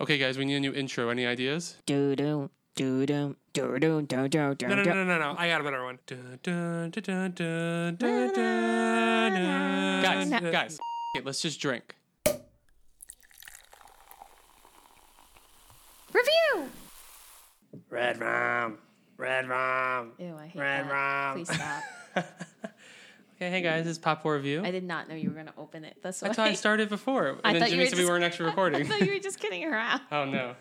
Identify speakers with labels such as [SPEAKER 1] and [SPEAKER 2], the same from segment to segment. [SPEAKER 1] Okay, guys, we need a new intro. Any ideas?
[SPEAKER 2] Do do do do do do do do
[SPEAKER 3] No, no,
[SPEAKER 2] do.
[SPEAKER 3] no, no, no. I got a better one. Dun, dun, dun, dun, dun, dun, dun.
[SPEAKER 1] Guys,
[SPEAKER 3] Uh,
[SPEAKER 1] guys, okay, let's just drink.
[SPEAKER 4] Review.
[SPEAKER 3] Red rum. Red rum.
[SPEAKER 4] Ew, I hate
[SPEAKER 3] Red
[SPEAKER 4] that.
[SPEAKER 3] rum.
[SPEAKER 4] Please stop.
[SPEAKER 1] Okay, hey guys, it's Pop Four Review.
[SPEAKER 4] I did not know you were going to open it this way.
[SPEAKER 1] That's how I started before. And
[SPEAKER 4] I
[SPEAKER 1] then
[SPEAKER 4] thought you
[SPEAKER 1] Jimmy
[SPEAKER 4] were
[SPEAKER 1] said we
[SPEAKER 4] just-
[SPEAKER 1] weren't actually
[SPEAKER 4] I
[SPEAKER 1] recording.
[SPEAKER 4] thought you were just kidding around.
[SPEAKER 1] oh no.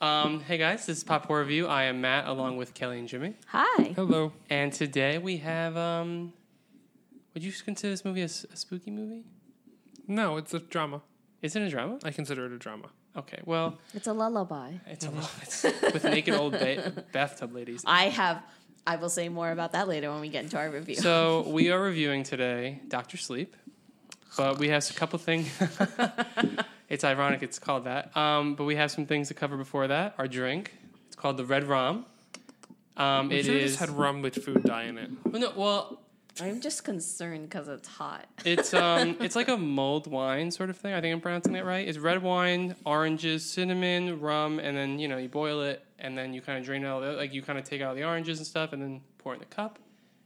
[SPEAKER 1] Um, hey guys, this is Pop Four Review. I am Matt along with Kelly and Jimmy.
[SPEAKER 4] Hi.
[SPEAKER 1] Hello. And today we have um would you consider this movie a, s- a spooky movie?
[SPEAKER 3] No, it's a drama.
[SPEAKER 1] Is it a drama?
[SPEAKER 3] I consider it a drama.
[SPEAKER 1] Okay, well,
[SPEAKER 4] It's a lullaby.
[SPEAKER 1] it's a lot. It's with naked old ba- bathtub ladies.
[SPEAKER 4] I have. I will say more about that later when we get into our review.
[SPEAKER 1] So we are reviewing today Doctor Sleep, but we have a couple things. it's ironic it's called that, um, but we have some things to cover before that. Our drink, it's called the Red Rum. Um,
[SPEAKER 3] We
[SPEAKER 1] it
[SPEAKER 3] should've
[SPEAKER 1] is.
[SPEAKER 3] just had rum with food dye in it.
[SPEAKER 1] well, no, well,
[SPEAKER 4] I'm just concerned because it's hot.
[SPEAKER 1] it's um, it's like a mulled wine sort of thing. I think I'm pronouncing it right. It's red wine, oranges, cinnamon, rum, and then you know you boil it, and then you kind of drain out the, like you kind of take out the oranges and stuff, and then pour it in the cup,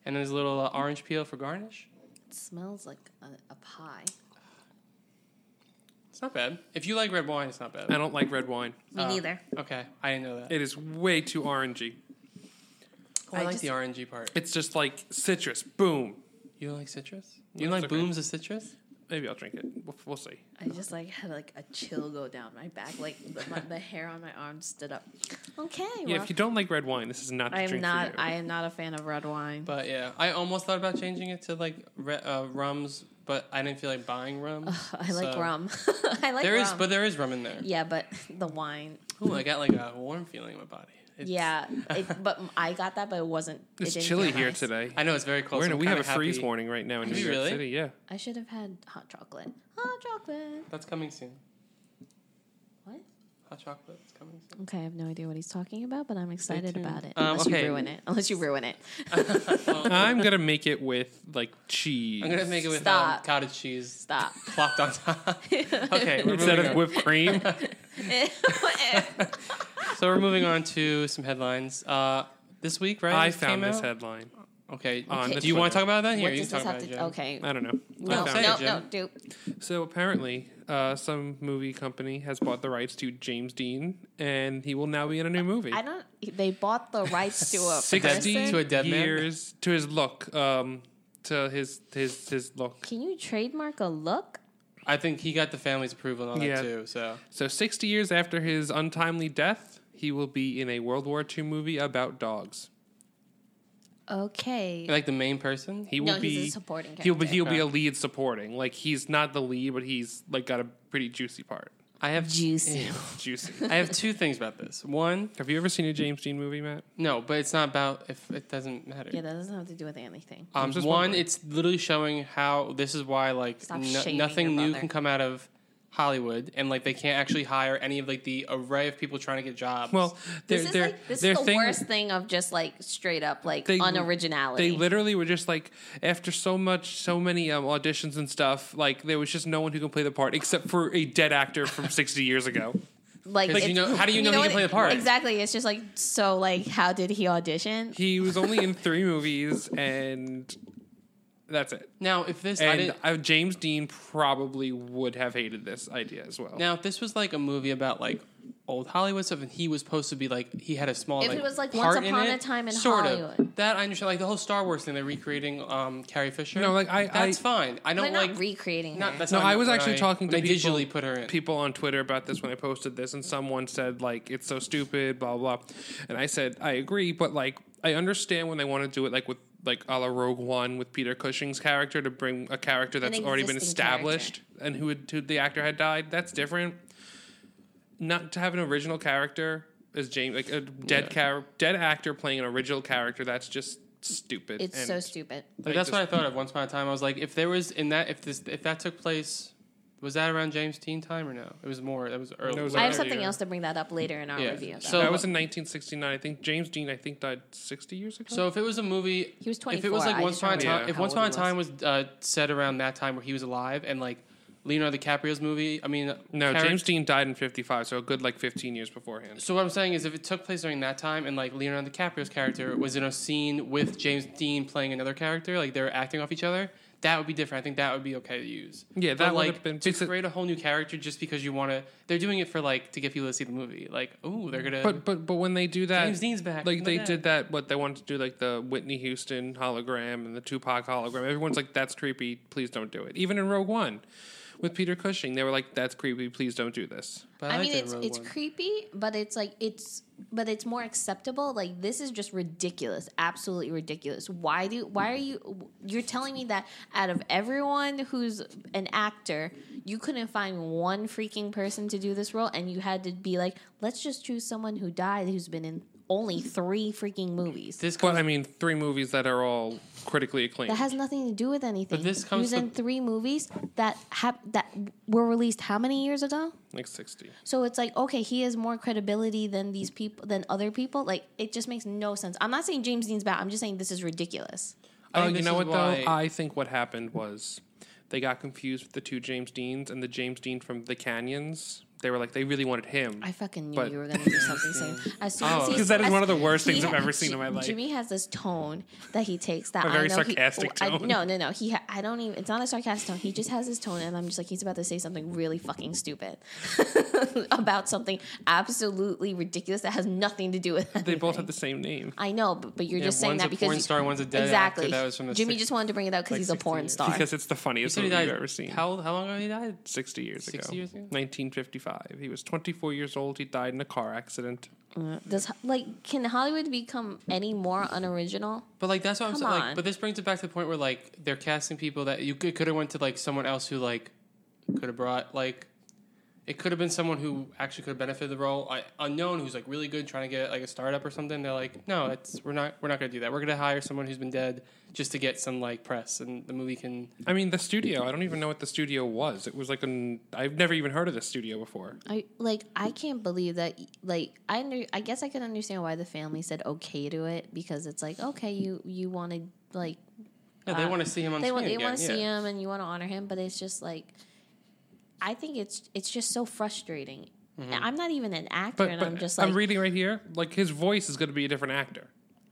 [SPEAKER 1] and then there's a little uh, orange peel for garnish.
[SPEAKER 4] It smells like a, a pie.
[SPEAKER 1] It's not bad. If you like red wine, it's not bad.
[SPEAKER 3] I don't like red wine.
[SPEAKER 4] Me neither.
[SPEAKER 1] Ah, Okay, I didn't know that.
[SPEAKER 3] It is way too orangey.
[SPEAKER 1] I,
[SPEAKER 4] I
[SPEAKER 1] like
[SPEAKER 4] just-
[SPEAKER 1] the orangey part.
[SPEAKER 3] It's just like citrus. Boom.
[SPEAKER 1] You don't like citrus? You
[SPEAKER 3] No,
[SPEAKER 1] don't like
[SPEAKER 3] it's okay.
[SPEAKER 1] booms of citrus?
[SPEAKER 3] Maybe I'll drink it. We'll, we'll see.
[SPEAKER 4] I just like had like a chill go down my back. Like the, my, the hair on my arm stood up. Okay.
[SPEAKER 3] yeah,
[SPEAKER 4] well,
[SPEAKER 3] if you don't like red wine, this is not the
[SPEAKER 4] I am
[SPEAKER 3] drink
[SPEAKER 4] not.
[SPEAKER 3] for you.
[SPEAKER 4] I am not a fan of red wine.
[SPEAKER 1] But yeah, I almost thought about changing it to like re- uh, rums, but I didn't feel like buying rum.
[SPEAKER 4] I like
[SPEAKER 1] so-
[SPEAKER 4] rum. I like
[SPEAKER 1] There
[SPEAKER 4] rum.
[SPEAKER 1] is, but there is rum in there.
[SPEAKER 4] yeah, but the wine.
[SPEAKER 1] Ooh, I got like a warm feeling in my body. It's-
[SPEAKER 4] yeah, it, but I got that, but it wasn't. it
[SPEAKER 3] It's
[SPEAKER 4] didn't
[SPEAKER 3] chilly
[SPEAKER 4] feel
[SPEAKER 3] here
[SPEAKER 4] nice.
[SPEAKER 3] today.
[SPEAKER 1] I know it's very cold.
[SPEAKER 3] We're
[SPEAKER 1] so
[SPEAKER 3] in a-
[SPEAKER 1] I'm
[SPEAKER 3] we have a
[SPEAKER 1] kinda
[SPEAKER 3] freeze
[SPEAKER 1] happy-
[SPEAKER 3] warning right now in
[SPEAKER 1] Do
[SPEAKER 3] New
[SPEAKER 1] we
[SPEAKER 3] York
[SPEAKER 1] really?
[SPEAKER 3] City. Yeah.
[SPEAKER 4] I should have had hot chocolate. Hot chocolate.
[SPEAKER 1] That's coming soon.
[SPEAKER 4] What?
[SPEAKER 1] Hot chocolate. It's coming soon.
[SPEAKER 4] Okay, I have no idea what he's talking about, but I'm excited
[SPEAKER 1] tuned.
[SPEAKER 4] about it.
[SPEAKER 1] Um,
[SPEAKER 4] Unless
[SPEAKER 1] okay.
[SPEAKER 4] you ruin it. Unless you ruin it.
[SPEAKER 3] I'm gonna make it with like cheese
[SPEAKER 1] I'm gonna make it with um,
[SPEAKER 4] Stop.
[SPEAKER 1] cottage cheese
[SPEAKER 4] Stop.
[SPEAKER 1] plopped on top. okay, we're
[SPEAKER 3] instead
[SPEAKER 1] moving
[SPEAKER 3] of
[SPEAKER 1] on.
[SPEAKER 3] whipped cream.
[SPEAKER 1] so we're moving on to some headlines. Uh, this week, right?
[SPEAKER 3] I
[SPEAKER 1] this came
[SPEAKER 3] found this
[SPEAKER 1] out?
[SPEAKER 3] headline.
[SPEAKER 1] Okay.
[SPEAKER 3] on
[SPEAKER 4] Okay.
[SPEAKER 3] this
[SPEAKER 1] Do you want to
[SPEAKER 3] Twitter.
[SPEAKER 1] talk about that? Here,
[SPEAKER 4] what
[SPEAKER 1] you
[SPEAKER 4] does
[SPEAKER 1] can talk
[SPEAKER 4] this have
[SPEAKER 1] about Uh,
[SPEAKER 4] to
[SPEAKER 1] it. Jim.
[SPEAKER 4] Okay.
[SPEAKER 3] I don't know. I
[SPEAKER 4] No,
[SPEAKER 3] found
[SPEAKER 1] say
[SPEAKER 3] it.
[SPEAKER 1] it,
[SPEAKER 4] no,
[SPEAKER 1] Jen.
[SPEAKER 4] no, do.
[SPEAKER 3] So apparently, uh, some movie company has bought the rights to James Dean, and he will now be in a new movie.
[SPEAKER 4] I don't. They bought the rights to a
[SPEAKER 3] Sixty
[SPEAKER 4] person.
[SPEAKER 1] To a dead man?
[SPEAKER 3] years to his look, um, to his his his look.
[SPEAKER 4] Can you trademark a look?
[SPEAKER 1] I think he got the family's approval on
[SPEAKER 3] Yeah.
[SPEAKER 1] that too. So
[SPEAKER 3] So sixty years after his untimely death, he will be in a World War II movie about dogs.
[SPEAKER 4] Okay.
[SPEAKER 1] like the main person, he
[SPEAKER 3] He will
[SPEAKER 4] no,
[SPEAKER 3] be
[SPEAKER 4] he's a supporting character.
[SPEAKER 3] he'll be he'll be a
[SPEAKER 1] Okay.
[SPEAKER 3] lead supporting. Like he's not the lead, but he's like got a pretty juicy part.
[SPEAKER 1] I have
[SPEAKER 4] Juicy.
[SPEAKER 3] Juicy.
[SPEAKER 1] I have two things about this. One,
[SPEAKER 3] Have you ever seen a James Dean movie, Matt?
[SPEAKER 1] no, but it's not about if it doesn't matter.
[SPEAKER 4] Yeah, that doesn't have to do with anything.
[SPEAKER 1] um,
[SPEAKER 3] I'm just
[SPEAKER 1] one,
[SPEAKER 3] wondering.
[SPEAKER 1] it's literally showing how this is why like
[SPEAKER 4] Stop
[SPEAKER 1] no-
[SPEAKER 4] shaming
[SPEAKER 1] nothing
[SPEAKER 4] your
[SPEAKER 1] new
[SPEAKER 4] brother.
[SPEAKER 1] can come out of Hollywood, and like they can't actually hire any of like the array of people trying to get jobs.
[SPEAKER 3] Well, they're,
[SPEAKER 4] This is
[SPEAKER 3] they're,
[SPEAKER 4] like this
[SPEAKER 3] they're
[SPEAKER 4] is the
[SPEAKER 3] thing-
[SPEAKER 4] worst thing of just like straight up like
[SPEAKER 3] They-
[SPEAKER 4] unoriginality.
[SPEAKER 3] They literally were just like after so much, so many um, auditions and stuff. Like there was just no one who can play the part except for a dead actor from sixty years ago.
[SPEAKER 4] like
[SPEAKER 1] 'Cause you
[SPEAKER 4] it's-
[SPEAKER 1] know- how do you know he
[SPEAKER 4] what
[SPEAKER 1] can play
[SPEAKER 4] it-
[SPEAKER 1] the part?
[SPEAKER 4] Exactly. It's just like so. Like, how did he audition?
[SPEAKER 3] He was only in three movies, and that's it.
[SPEAKER 1] now if this, I
[SPEAKER 3] And
[SPEAKER 1] didn't,
[SPEAKER 3] uh, James Dean probably would have hated this idea as well.
[SPEAKER 1] now if this was like a movie about like old Hollywood stuff, and he was supposed to be like he had a small.
[SPEAKER 4] If
[SPEAKER 1] like,
[SPEAKER 4] it was, like,
[SPEAKER 1] part
[SPEAKER 4] Once
[SPEAKER 1] in
[SPEAKER 4] Upon a
[SPEAKER 1] it,
[SPEAKER 4] Time in
[SPEAKER 1] sort
[SPEAKER 4] Hollywood.
[SPEAKER 1] of that I understand. Like the whole Star Wars thing, they're recreating um, Carrie Fisher.
[SPEAKER 3] No, like, I-
[SPEAKER 1] that's
[SPEAKER 3] I-
[SPEAKER 1] fine. I
[SPEAKER 4] They're
[SPEAKER 1] don't
[SPEAKER 4] not
[SPEAKER 1] like
[SPEAKER 4] recreating
[SPEAKER 1] Not,
[SPEAKER 4] her.
[SPEAKER 1] that's
[SPEAKER 3] No,
[SPEAKER 1] not
[SPEAKER 3] I was
[SPEAKER 1] what
[SPEAKER 3] actually
[SPEAKER 1] I-
[SPEAKER 3] talking to
[SPEAKER 1] they
[SPEAKER 3] people-
[SPEAKER 1] digitally put her in.
[SPEAKER 3] people on Twitter about this when I posted this, and someone said like it's so stupid, blah blah. And I said I agree, but like I understand when they want to do it like with like a la Rogue One with Peter Cushing's character to bring a character that's already been
[SPEAKER 4] existing
[SPEAKER 3] established and who, had, who the actor had died. That's different. Not to have an original character as James, like a dead char- dead actor playing an original character. That's just stupid.
[SPEAKER 4] It's
[SPEAKER 3] and
[SPEAKER 4] so stupid.
[SPEAKER 1] Like, that's what I thought of once upon a time. I was like, if there was in that, if this, if that took place, was that around James Dean time or no? It was more. That was early.
[SPEAKER 3] It was
[SPEAKER 4] I have
[SPEAKER 3] Sorry,
[SPEAKER 4] something
[SPEAKER 3] yeah.
[SPEAKER 4] else to bring that up later in our
[SPEAKER 1] Yeah.
[SPEAKER 4] review. Though.
[SPEAKER 1] So-
[SPEAKER 3] that was in 1969. I think James Dean. I think died 60 years ago.
[SPEAKER 1] so if it was a movie,
[SPEAKER 4] He was
[SPEAKER 1] If it was
[SPEAKER 4] 24,
[SPEAKER 1] like
[SPEAKER 4] I
[SPEAKER 1] once
[SPEAKER 4] just
[SPEAKER 1] upon a
[SPEAKER 4] don't
[SPEAKER 1] time,
[SPEAKER 3] remember
[SPEAKER 1] if
[SPEAKER 4] how
[SPEAKER 1] once
[SPEAKER 4] old
[SPEAKER 1] upon a
[SPEAKER 4] he
[SPEAKER 1] time was uh, set around that time where he was alive and like Leonardo DiCaprio's movie. I mean,
[SPEAKER 3] No,
[SPEAKER 1] character-
[SPEAKER 3] James Dean died in 55, so a good like 15 years beforehand.
[SPEAKER 1] So what I'm saying is, if it took place during that time, and like Leonardo DiCaprio's character was in a scene with James Dean playing another character, like they were acting off each other, that would be different. I think that would be okay to use.
[SPEAKER 3] Yeah,
[SPEAKER 1] But,
[SPEAKER 3] that would
[SPEAKER 1] like
[SPEAKER 3] have been.
[SPEAKER 1] to create a whole new character just because you want to. They're doing it for like to get people to see the movie. Like, oh, they're gonna.
[SPEAKER 3] But but but when they do that,
[SPEAKER 1] James Dean's back.
[SPEAKER 3] Like
[SPEAKER 1] Look
[SPEAKER 3] they
[SPEAKER 1] at
[SPEAKER 3] did that, what they wanted to do, like the Whitney Houston hologram and the Tupac hologram. Everyone's like, "That's creepy. Please don't do it." Even in Rogue One, with Peter Cushing, they were like, "That's creepy. Please don't do this."
[SPEAKER 1] but
[SPEAKER 4] I,
[SPEAKER 1] liked
[SPEAKER 4] mean,
[SPEAKER 1] it in
[SPEAKER 4] it's
[SPEAKER 1] Rogue
[SPEAKER 4] it's
[SPEAKER 1] One.
[SPEAKER 4] creepy, but it's like it's but it's more acceptable. Like this is just ridiculous, absolutely ridiculous. Why do why are you you're telling me that out of everyone who's an actor, you couldn't find one freaking person to do this role, and you had to be like, let's just choose someone who died who's been in only three freaking movies.
[SPEAKER 1] This
[SPEAKER 3] But
[SPEAKER 1] comes,
[SPEAKER 3] I mean, three movies that are all critically acclaimed.
[SPEAKER 4] That has nothing to do with anything.
[SPEAKER 1] this
[SPEAKER 4] he
[SPEAKER 1] comes
[SPEAKER 4] was
[SPEAKER 1] to-
[SPEAKER 4] in three movies that have that were released how many years ago?
[SPEAKER 3] like sixty.
[SPEAKER 4] So it's like, okay, he has more credibility than these people than other people. Like it just makes no sense. I'm not saying James Dean's bad. I'm just saying this is ridiculous.
[SPEAKER 1] I
[SPEAKER 3] Oh,
[SPEAKER 1] think
[SPEAKER 3] you
[SPEAKER 1] this
[SPEAKER 3] know
[SPEAKER 1] is
[SPEAKER 3] what
[SPEAKER 1] why-
[SPEAKER 3] though? I think what happened was they got confused with the two James Deans and the James Dean from The Canyons. They were like, they really wanted him.
[SPEAKER 4] I fucking knew
[SPEAKER 3] But-
[SPEAKER 4] you were gonna do something. saying as soon
[SPEAKER 1] Oh,
[SPEAKER 4] as he-
[SPEAKER 1] because
[SPEAKER 3] that is
[SPEAKER 4] as-
[SPEAKER 3] one of the worst
[SPEAKER 4] he
[SPEAKER 3] things I've
[SPEAKER 4] ha-
[SPEAKER 3] ever seen
[SPEAKER 4] Ji-
[SPEAKER 3] in my life.
[SPEAKER 4] Jimmy has this tone that he takes that
[SPEAKER 3] A
[SPEAKER 4] I
[SPEAKER 3] very
[SPEAKER 4] know he-
[SPEAKER 3] sarcastic
[SPEAKER 4] I-
[SPEAKER 3] tone.
[SPEAKER 4] no, no, no. He ha- I don't even. It's not a sarcastic tone. He just has his tone, and I'm just like he's about to say something really fucking stupid about something absolutely ridiculous that has nothing to do with.
[SPEAKER 3] they
[SPEAKER 4] anything.
[SPEAKER 3] both have the same name.
[SPEAKER 4] I know, but, but you're
[SPEAKER 1] Yeah,
[SPEAKER 4] just saying
[SPEAKER 1] one's
[SPEAKER 4] that
[SPEAKER 1] a
[SPEAKER 4] because
[SPEAKER 1] porn
[SPEAKER 4] you-
[SPEAKER 1] star, one's a dead actor
[SPEAKER 4] exactly.
[SPEAKER 1] that was from the
[SPEAKER 4] Jimmy
[SPEAKER 1] six-
[SPEAKER 4] just wanted to bring it up because
[SPEAKER 1] like
[SPEAKER 4] he's a
[SPEAKER 1] 60
[SPEAKER 4] porn
[SPEAKER 1] years.
[SPEAKER 4] star.
[SPEAKER 3] Because it's the
[SPEAKER 1] You
[SPEAKER 3] funniest
[SPEAKER 1] said he
[SPEAKER 3] movie
[SPEAKER 1] died.
[SPEAKER 3] you've ever seen.
[SPEAKER 1] How how long ago he died?
[SPEAKER 3] 60 years
[SPEAKER 1] 60
[SPEAKER 3] ago.
[SPEAKER 1] years ago?
[SPEAKER 3] 1955. He was 24 years old. He died in a car accident.
[SPEAKER 4] Does like can Hollywood become any more unoriginal?
[SPEAKER 1] But like that's what I'm
[SPEAKER 4] Come
[SPEAKER 1] saying.
[SPEAKER 4] on.
[SPEAKER 1] Like, but this brings it back to the point where like they're casting people that you could have went to like someone else who like could have brought like it could have been someone who actually could have benefited the role I, unknown who's like really good trying to get like a startup or something. They're like, no, it's we're not we're not gonna do that. We're gonna hire someone who's been dead just to get some like press and the movie can.
[SPEAKER 3] I mean, the studio. I don't even know what the studio was. It was like an. I've never even heard of this studio before.
[SPEAKER 4] I like I can't believe that like I under, I guess I can understand why the family said okay to it because it's like okay you you wanted like
[SPEAKER 1] Yeah, they
[SPEAKER 4] Uh,
[SPEAKER 1] want to see him on
[SPEAKER 4] they
[SPEAKER 1] screen.
[SPEAKER 4] want they
[SPEAKER 1] again,
[SPEAKER 4] want to
[SPEAKER 1] yeah.
[SPEAKER 4] see him and you want to honor him but it's just like I think it's it's just so frustrating.
[SPEAKER 1] Mm-hmm.
[SPEAKER 4] I'm not even an actor
[SPEAKER 3] But,
[SPEAKER 4] and
[SPEAKER 3] but
[SPEAKER 4] I'm just like
[SPEAKER 3] reading right here. Like his voice is going to be a different actor.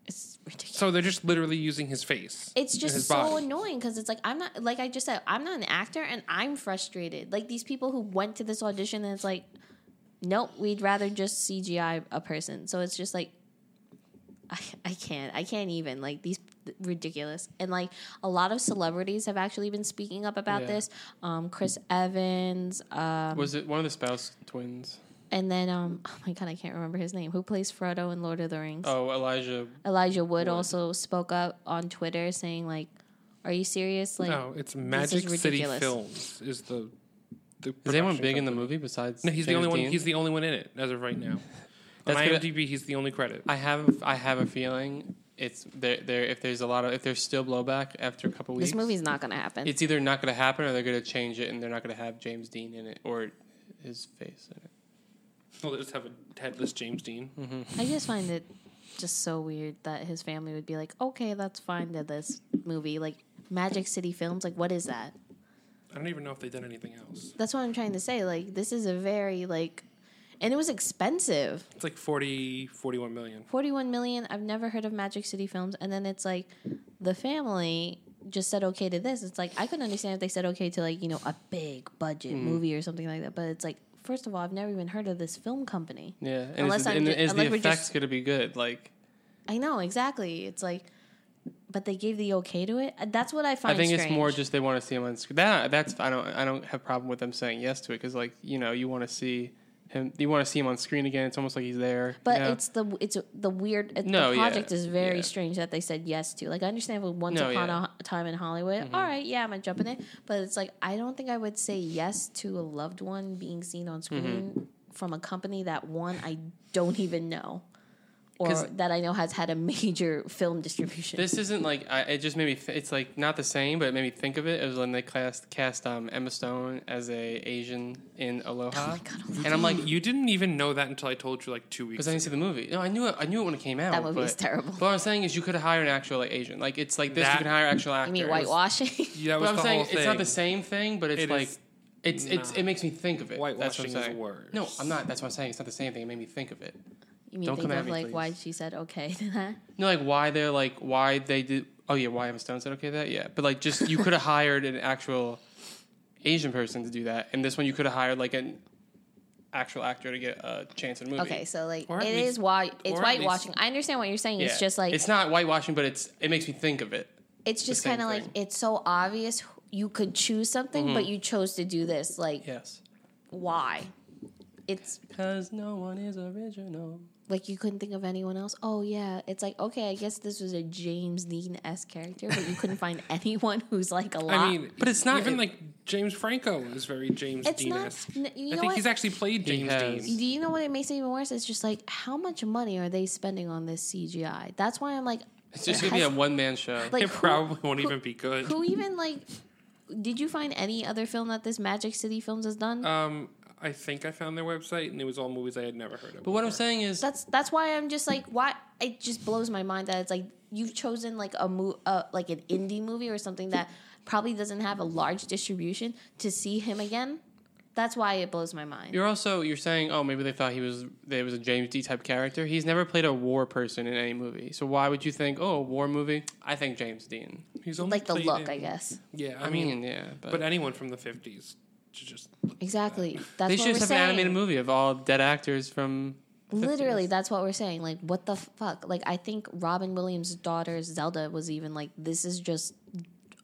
[SPEAKER 4] it's ridiculous.
[SPEAKER 3] So they're just literally using his face.
[SPEAKER 4] It's
[SPEAKER 3] and
[SPEAKER 4] just
[SPEAKER 3] his
[SPEAKER 4] so
[SPEAKER 3] body.
[SPEAKER 4] annoying because it's like I'm not like I just said I'm not an actor and I'm frustrated. Like these people who went to this audition and it's like, nope, we'd rather just CGI a person. So it's just like, I, I can't, I can't even like these ridiculous and like a lot of celebrities have actually been speaking up about
[SPEAKER 1] Yeah.
[SPEAKER 4] this. Um, Chris Evans, um,
[SPEAKER 1] Was it one of the spouse twins?
[SPEAKER 4] and then um, oh my god, I can't remember his name. Who plays Frodo in Lord of the Rings?
[SPEAKER 1] Oh, Elijah.
[SPEAKER 4] Elijah
[SPEAKER 1] Wood.
[SPEAKER 4] Wood, also spoke up on Twitter saying like, "Are you serious?" Like.
[SPEAKER 3] no, Oh, it's Magic City
[SPEAKER 4] ridiculous.
[SPEAKER 3] Films is the. the
[SPEAKER 1] Is anyone big in
[SPEAKER 3] production
[SPEAKER 1] the
[SPEAKER 3] company.
[SPEAKER 1] movie besides?
[SPEAKER 3] No, he's the
[SPEAKER 1] James
[SPEAKER 3] only one.
[SPEAKER 1] Dean?
[SPEAKER 3] He's the only one in it as of right now. On
[SPEAKER 1] That's gonna-
[SPEAKER 3] IMDb, he's the only credit.
[SPEAKER 1] I have I have a feeling it's there there if there's a lot of if there's still blowback after a couple weeks.
[SPEAKER 4] This movie's not going to happen.
[SPEAKER 1] it's either not going to happen or they're going to change it and they're not going to have James Dean in it or his face in it.
[SPEAKER 3] Well, they just have a headless James Dean.
[SPEAKER 4] I just find it just so weird that his family would be like, okay, that's fine to this movie. Like, Magic City Films, like, what is that?
[SPEAKER 3] I don't even know if they've done anything else.
[SPEAKER 4] That's what I'm trying to say. Like, this is a very, like, and it was expensive.
[SPEAKER 3] It's like 40, 41 million.
[SPEAKER 4] 41 million. I've never heard of Magic City Films. And then it's like, the family just said okay to this. It's like, I couldn't understand if they said okay to, like, you know, a big budget movie or something like that. But it's like, first of all, I've never even heard of this film company.
[SPEAKER 1] Yeah, and
[SPEAKER 4] Unless
[SPEAKER 1] is, the-
[SPEAKER 4] I'm
[SPEAKER 1] and
[SPEAKER 4] ju-
[SPEAKER 1] is the
[SPEAKER 4] unless we're
[SPEAKER 1] effects
[SPEAKER 4] just-
[SPEAKER 1] going to be good? Like
[SPEAKER 4] I know, exactly. It's like, but they gave the okay to it. That's what I find
[SPEAKER 1] I think it's
[SPEAKER 4] strange.
[SPEAKER 1] more just they want to see him on screen. That that's I don't I don't have problem with them saying yes to it because like you know you want to see him you want to see him on screen again. It's almost like he's there.
[SPEAKER 4] But
[SPEAKER 1] you know?
[SPEAKER 4] it's the it's the weird it,
[SPEAKER 1] No,
[SPEAKER 4] the
[SPEAKER 1] yeah,
[SPEAKER 4] project is very
[SPEAKER 1] yeah.
[SPEAKER 4] strange that they said yes to. Like I understand with once
[SPEAKER 1] No,
[SPEAKER 4] upon
[SPEAKER 1] yeah. Mm-hmm.
[SPEAKER 4] a Ho- time in Hollywood, all right, yeah, I'm gonna jump in it. But it's like I don't think I would say yes to a loved one being seen on screen
[SPEAKER 1] Mm-hmm.
[SPEAKER 4] from a company that one I don't even know. Or
[SPEAKER 1] 'Cause-
[SPEAKER 4] that I know has had a major film distribution.
[SPEAKER 1] This isn't like I, it just made me. Th- it's like not the same, but it made me think of it. It was when they cast cast um, Emma Stone as a Asian in
[SPEAKER 4] Oh
[SPEAKER 1] Aloha, and I'm like,
[SPEAKER 3] You didn't even know that until I told you like two weeks
[SPEAKER 1] because I
[SPEAKER 3] ago.
[SPEAKER 1] didn't see the movie. No, I knew it. I knew it when it came out.
[SPEAKER 4] That movie
[SPEAKER 1] but,
[SPEAKER 4] is terrible.
[SPEAKER 1] But what I'm saying is, you could hire an actual like Asian. Like it's like this.
[SPEAKER 3] That-
[SPEAKER 1] you can hire actual
[SPEAKER 4] I
[SPEAKER 1] actors.
[SPEAKER 4] mean, whitewashing.
[SPEAKER 3] Yeah, that
[SPEAKER 1] But
[SPEAKER 3] was
[SPEAKER 1] I'm
[SPEAKER 3] the
[SPEAKER 1] saying
[SPEAKER 3] whole
[SPEAKER 1] it's
[SPEAKER 3] thing.
[SPEAKER 1] not the same thing. But it's
[SPEAKER 3] It
[SPEAKER 1] like
[SPEAKER 3] is-
[SPEAKER 1] It's it's
[SPEAKER 3] Nah.
[SPEAKER 1] it makes me think of it. That's
[SPEAKER 3] Whitewashing
[SPEAKER 1] what
[SPEAKER 3] is
[SPEAKER 1] I'm saying.
[SPEAKER 3] worse.
[SPEAKER 1] No, I'm not. That's what I'm saying. It's not the same thing. It made me think of it.
[SPEAKER 4] You mean
[SPEAKER 1] Don't
[SPEAKER 4] think
[SPEAKER 1] come at
[SPEAKER 4] of
[SPEAKER 1] me,
[SPEAKER 4] like
[SPEAKER 1] please.
[SPEAKER 4] why she said okay to that?
[SPEAKER 1] No, like why they're like why they did. Oh yeah, why Emma Stone said okay to that. Yeah, but like just you could have hired an actual Asian person to do that, and this one you could have hired like an actual actor to get a chance in a movie.
[SPEAKER 4] Okay, so like
[SPEAKER 3] Or at
[SPEAKER 4] it
[SPEAKER 3] least-
[SPEAKER 4] is why it's
[SPEAKER 3] or at least-
[SPEAKER 4] whitewashing. I understand what you're saying.
[SPEAKER 1] Yeah.
[SPEAKER 4] It's just like
[SPEAKER 1] it's not whitewashing, but it's it makes me think of it.
[SPEAKER 4] it's just
[SPEAKER 1] same
[SPEAKER 4] kind of like
[SPEAKER 1] thing.
[SPEAKER 4] it's so obvious wh- you could choose something but
[SPEAKER 3] Mm-hmm.
[SPEAKER 4] you chose to do this like
[SPEAKER 1] Yes,
[SPEAKER 4] why it's
[SPEAKER 1] because no one is original.
[SPEAKER 4] like you couldn't think of anyone else oh yeah it's like okay i guess this was a james dean-esque character but you couldn't find anyone who's like a lot
[SPEAKER 3] I mean,
[SPEAKER 1] But it's not-
[SPEAKER 3] even like James Franco is very James
[SPEAKER 4] it's
[SPEAKER 3] Dean.
[SPEAKER 4] not n- you
[SPEAKER 3] I
[SPEAKER 4] know
[SPEAKER 3] think
[SPEAKER 4] what
[SPEAKER 3] he's actually played
[SPEAKER 1] He
[SPEAKER 3] James
[SPEAKER 1] has.
[SPEAKER 3] Dean.
[SPEAKER 4] do you know what it makes it even worse it's just like how much money are they spending on this cgi that's why i'm like
[SPEAKER 1] It's just gonna be a one man show.
[SPEAKER 4] like
[SPEAKER 3] it
[SPEAKER 4] who-
[SPEAKER 3] probably won't
[SPEAKER 4] who-
[SPEAKER 3] even be good.
[SPEAKER 4] who even like did you find any other film that this magic city films has done
[SPEAKER 1] Uh,
[SPEAKER 3] um, I think I found their website, and it was all movies I had never heard of.
[SPEAKER 1] but what I'm saying is,
[SPEAKER 4] that's that's why I'm just like why it just blows my mind that it's like you've chosen like a mo- uh, like an indie movie or something that probably doesn't have a large distribution to see him again. That's why it blows my mind.
[SPEAKER 1] You're also you're saying, oh, maybe they thought he was there was a James D type character. He's never played a war person in any movie, so why would you think, oh, a war movie? I think James Dean.
[SPEAKER 3] He's only
[SPEAKER 4] like the
[SPEAKER 3] played
[SPEAKER 4] look,
[SPEAKER 3] in-
[SPEAKER 4] I guess.
[SPEAKER 3] Yeah, I,
[SPEAKER 1] I
[SPEAKER 3] mean,
[SPEAKER 1] mean, yeah, but,
[SPEAKER 3] but anyone from the fifties should just
[SPEAKER 4] Exactly. That's
[SPEAKER 1] they
[SPEAKER 4] what
[SPEAKER 1] should
[SPEAKER 4] we're
[SPEAKER 1] just have
[SPEAKER 4] saying.
[SPEAKER 1] an animated movie of all dead actors from.
[SPEAKER 4] Literally, that's what we're saying. Like, what the fuck? Like, I think Robin Williams' daughter Zelda was even like, "This is just."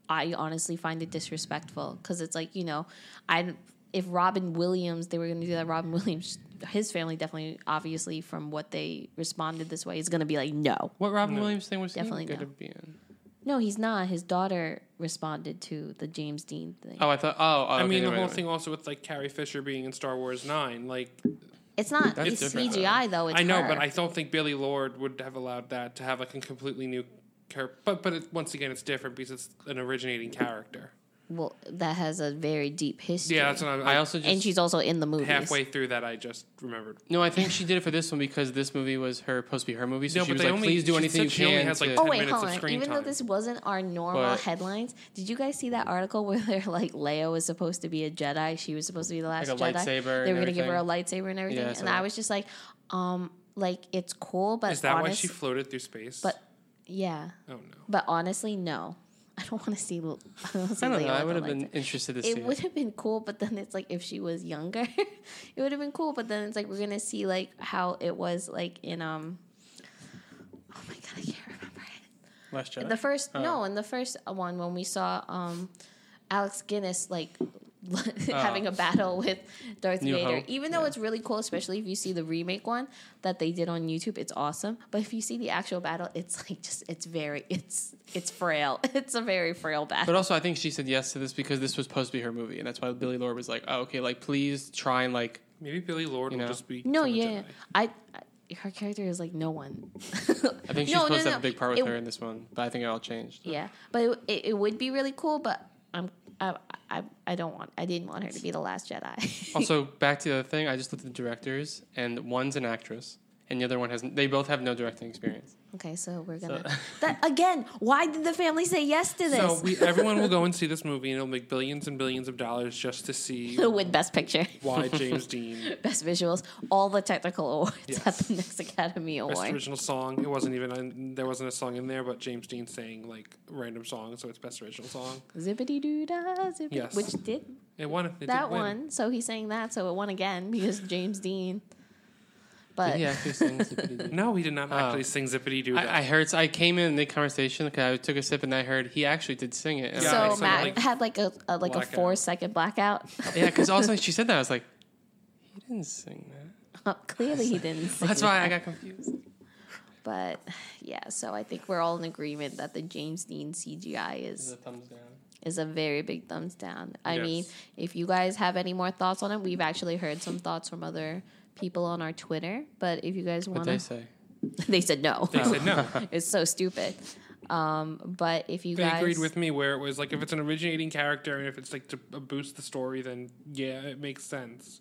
[SPEAKER 4] I honestly find it disrespectful because it's like you know, I if Robin Williams they were going to do that, Robin Williams, his family definitely, obviously from what they responded this way is going to be like, no,
[SPEAKER 1] What Robin Williams thing was
[SPEAKER 4] Definitely
[SPEAKER 1] he going to
[SPEAKER 4] no.
[SPEAKER 1] be in?
[SPEAKER 4] no, he's not. His daughter responded to the James Dean thing.
[SPEAKER 1] Oh, I thought. Oh, oh
[SPEAKER 3] I
[SPEAKER 1] okay,
[SPEAKER 3] mean, the
[SPEAKER 1] never
[SPEAKER 3] whole
[SPEAKER 1] mind.
[SPEAKER 3] thing also with like Carrie Fisher being in Star Wars Nine. Like,
[SPEAKER 4] it's not.
[SPEAKER 1] That's
[SPEAKER 4] It's
[SPEAKER 1] different, though.
[SPEAKER 4] CGI though. It's
[SPEAKER 3] I know,
[SPEAKER 4] her.
[SPEAKER 3] but I don't think Billy Lord would have allowed that to have like a completely new character. But but it, once again, it's different because it's an originating character.
[SPEAKER 4] well, that has a very deep history.
[SPEAKER 3] Yeah, that's what I'm.
[SPEAKER 1] I also
[SPEAKER 4] and
[SPEAKER 1] just
[SPEAKER 4] she's also in the movies.
[SPEAKER 3] halfway through that I just remembered.
[SPEAKER 1] no. I think she did it for this one because this movie was her supposed to be her movie. So
[SPEAKER 3] No,
[SPEAKER 1] she
[SPEAKER 3] but
[SPEAKER 1] was
[SPEAKER 3] they
[SPEAKER 1] like,
[SPEAKER 3] only-
[SPEAKER 1] please do
[SPEAKER 3] she
[SPEAKER 1] anything
[SPEAKER 3] said
[SPEAKER 1] you
[SPEAKER 3] she only
[SPEAKER 1] can.
[SPEAKER 3] has, like,
[SPEAKER 1] to-
[SPEAKER 4] Oh
[SPEAKER 3] 10
[SPEAKER 4] wait,
[SPEAKER 3] minutes
[SPEAKER 4] hold
[SPEAKER 3] of
[SPEAKER 4] on.
[SPEAKER 3] screen
[SPEAKER 4] Even though
[SPEAKER 3] time.
[SPEAKER 4] this wasn't our normal
[SPEAKER 1] But-
[SPEAKER 4] headlines, did you guys see that article where they're like Leia was supposed to be a Jedi? She was supposed to be the last
[SPEAKER 1] Like a
[SPEAKER 4] Jedi.
[SPEAKER 1] lightsaber
[SPEAKER 4] they
[SPEAKER 1] and
[SPEAKER 4] were gonna give her a
[SPEAKER 1] everything.
[SPEAKER 4] lightsaber and everything,
[SPEAKER 1] Yeah, I saw
[SPEAKER 4] and I
[SPEAKER 1] that.
[SPEAKER 4] was just like, um, like it's cool, but
[SPEAKER 3] Is that why
[SPEAKER 4] honest-
[SPEAKER 3] she floated through space?
[SPEAKER 4] but yeah,
[SPEAKER 3] oh no.
[SPEAKER 4] but honestly, no. I don't want to see. I don't, wanna see
[SPEAKER 1] I don't
[SPEAKER 4] Leia
[SPEAKER 1] know. I
[SPEAKER 4] with
[SPEAKER 1] would
[SPEAKER 4] a
[SPEAKER 1] have been
[SPEAKER 4] lightsaber.
[SPEAKER 1] interested to see
[SPEAKER 4] It would
[SPEAKER 1] it.
[SPEAKER 4] have been cool, but then it's like if she was younger, it would have been cool. But then it's like we're gonna see like how it was like in um. Oh my god, I can't remember it.
[SPEAKER 1] Last Jedi.
[SPEAKER 4] The first
[SPEAKER 1] Oh.
[SPEAKER 4] no, in the first one when we saw um, Alex Guinness like having a battle with Darth
[SPEAKER 1] Oh. New
[SPEAKER 4] Vader.
[SPEAKER 1] Hope,
[SPEAKER 4] Even though it's really cool, especially if you see the remake one that they did on YouTube, it's awesome. But if you see the actual battle, it's like just it's very it's it's frail. It's a very frail battle.
[SPEAKER 1] But also, I think she said yes to this because this was supposed to be her movie, and that's why Billy Lord was like, "Oh, okay, like please try and like."
[SPEAKER 3] Maybe Billy Lord
[SPEAKER 1] You
[SPEAKER 3] will
[SPEAKER 1] know.
[SPEAKER 3] just be
[SPEAKER 4] no,
[SPEAKER 3] from a
[SPEAKER 4] yeah, yeah.
[SPEAKER 3] Jedi.
[SPEAKER 4] I, I her character is like no one.
[SPEAKER 1] I think she's supposed to have a big part with her in this one, but I think it all changed.
[SPEAKER 4] Yeah, but it, it, it would be really cool. But I'm I, I I don't want I didn't want her to be the last Jedi.
[SPEAKER 1] Also, back to the other thing, I just looked at the directors, and one's an actress, and the other one has. They both have no directing experience.
[SPEAKER 4] Okay, so we're gonna that again. Why did the family say yes to this?
[SPEAKER 3] So we, everyone will go and see this movie, and it'll make billions and billions of dollars just to see
[SPEAKER 4] Win best picture,
[SPEAKER 3] why James Dean
[SPEAKER 4] best visuals, all the technical awards at the next Academy
[SPEAKER 3] best
[SPEAKER 4] Award.
[SPEAKER 3] original song. It wasn't even in, there wasn't a song in there, but James Dean sang like random songs, so it's best original song.
[SPEAKER 4] Zippity doo dah, zippity,
[SPEAKER 3] Yes.
[SPEAKER 4] which did
[SPEAKER 3] It won. It did
[SPEAKER 4] that
[SPEAKER 3] win.
[SPEAKER 4] one. So he sang that, so it won again because James Dean. But
[SPEAKER 1] Did he actually sing Zippity Doo?
[SPEAKER 3] No, he did not actually sing Zippity Doo.
[SPEAKER 1] I, I heard. I came in the conversation because I took a sip, and I heard he actually did sing it. And
[SPEAKER 3] Yeah,
[SPEAKER 1] I
[SPEAKER 4] so
[SPEAKER 1] was
[SPEAKER 3] it's
[SPEAKER 1] like-
[SPEAKER 4] Matt
[SPEAKER 3] like-
[SPEAKER 4] had like a, a like
[SPEAKER 3] Blackout.
[SPEAKER 4] a four second blackout.
[SPEAKER 1] yeah, because also she said that I was like, he didn't sing that.
[SPEAKER 4] Clearly, he didn't. Sing
[SPEAKER 1] That's why I got confused.
[SPEAKER 4] But yeah, so I think we're all in agreement that the James Dean CGI is
[SPEAKER 1] thumbs down.
[SPEAKER 4] is a very big thumbs down. I
[SPEAKER 3] Yes.
[SPEAKER 4] mean, if you guys have any more thoughts on it, we've actually heard some thoughts from other people on our Twitter. But if you guys
[SPEAKER 1] What
[SPEAKER 4] want
[SPEAKER 1] they
[SPEAKER 4] to,
[SPEAKER 1] say?
[SPEAKER 4] they said no.
[SPEAKER 3] They said no.
[SPEAKER 4] it's so stupid. Um, but if you
[SPEAKER 3] They
[SPEAKER 4] guys,
[SPEAKER 3] agreed with me where it was like if it's an originating character and if it's like to boost the story, then yeah, it makes sense.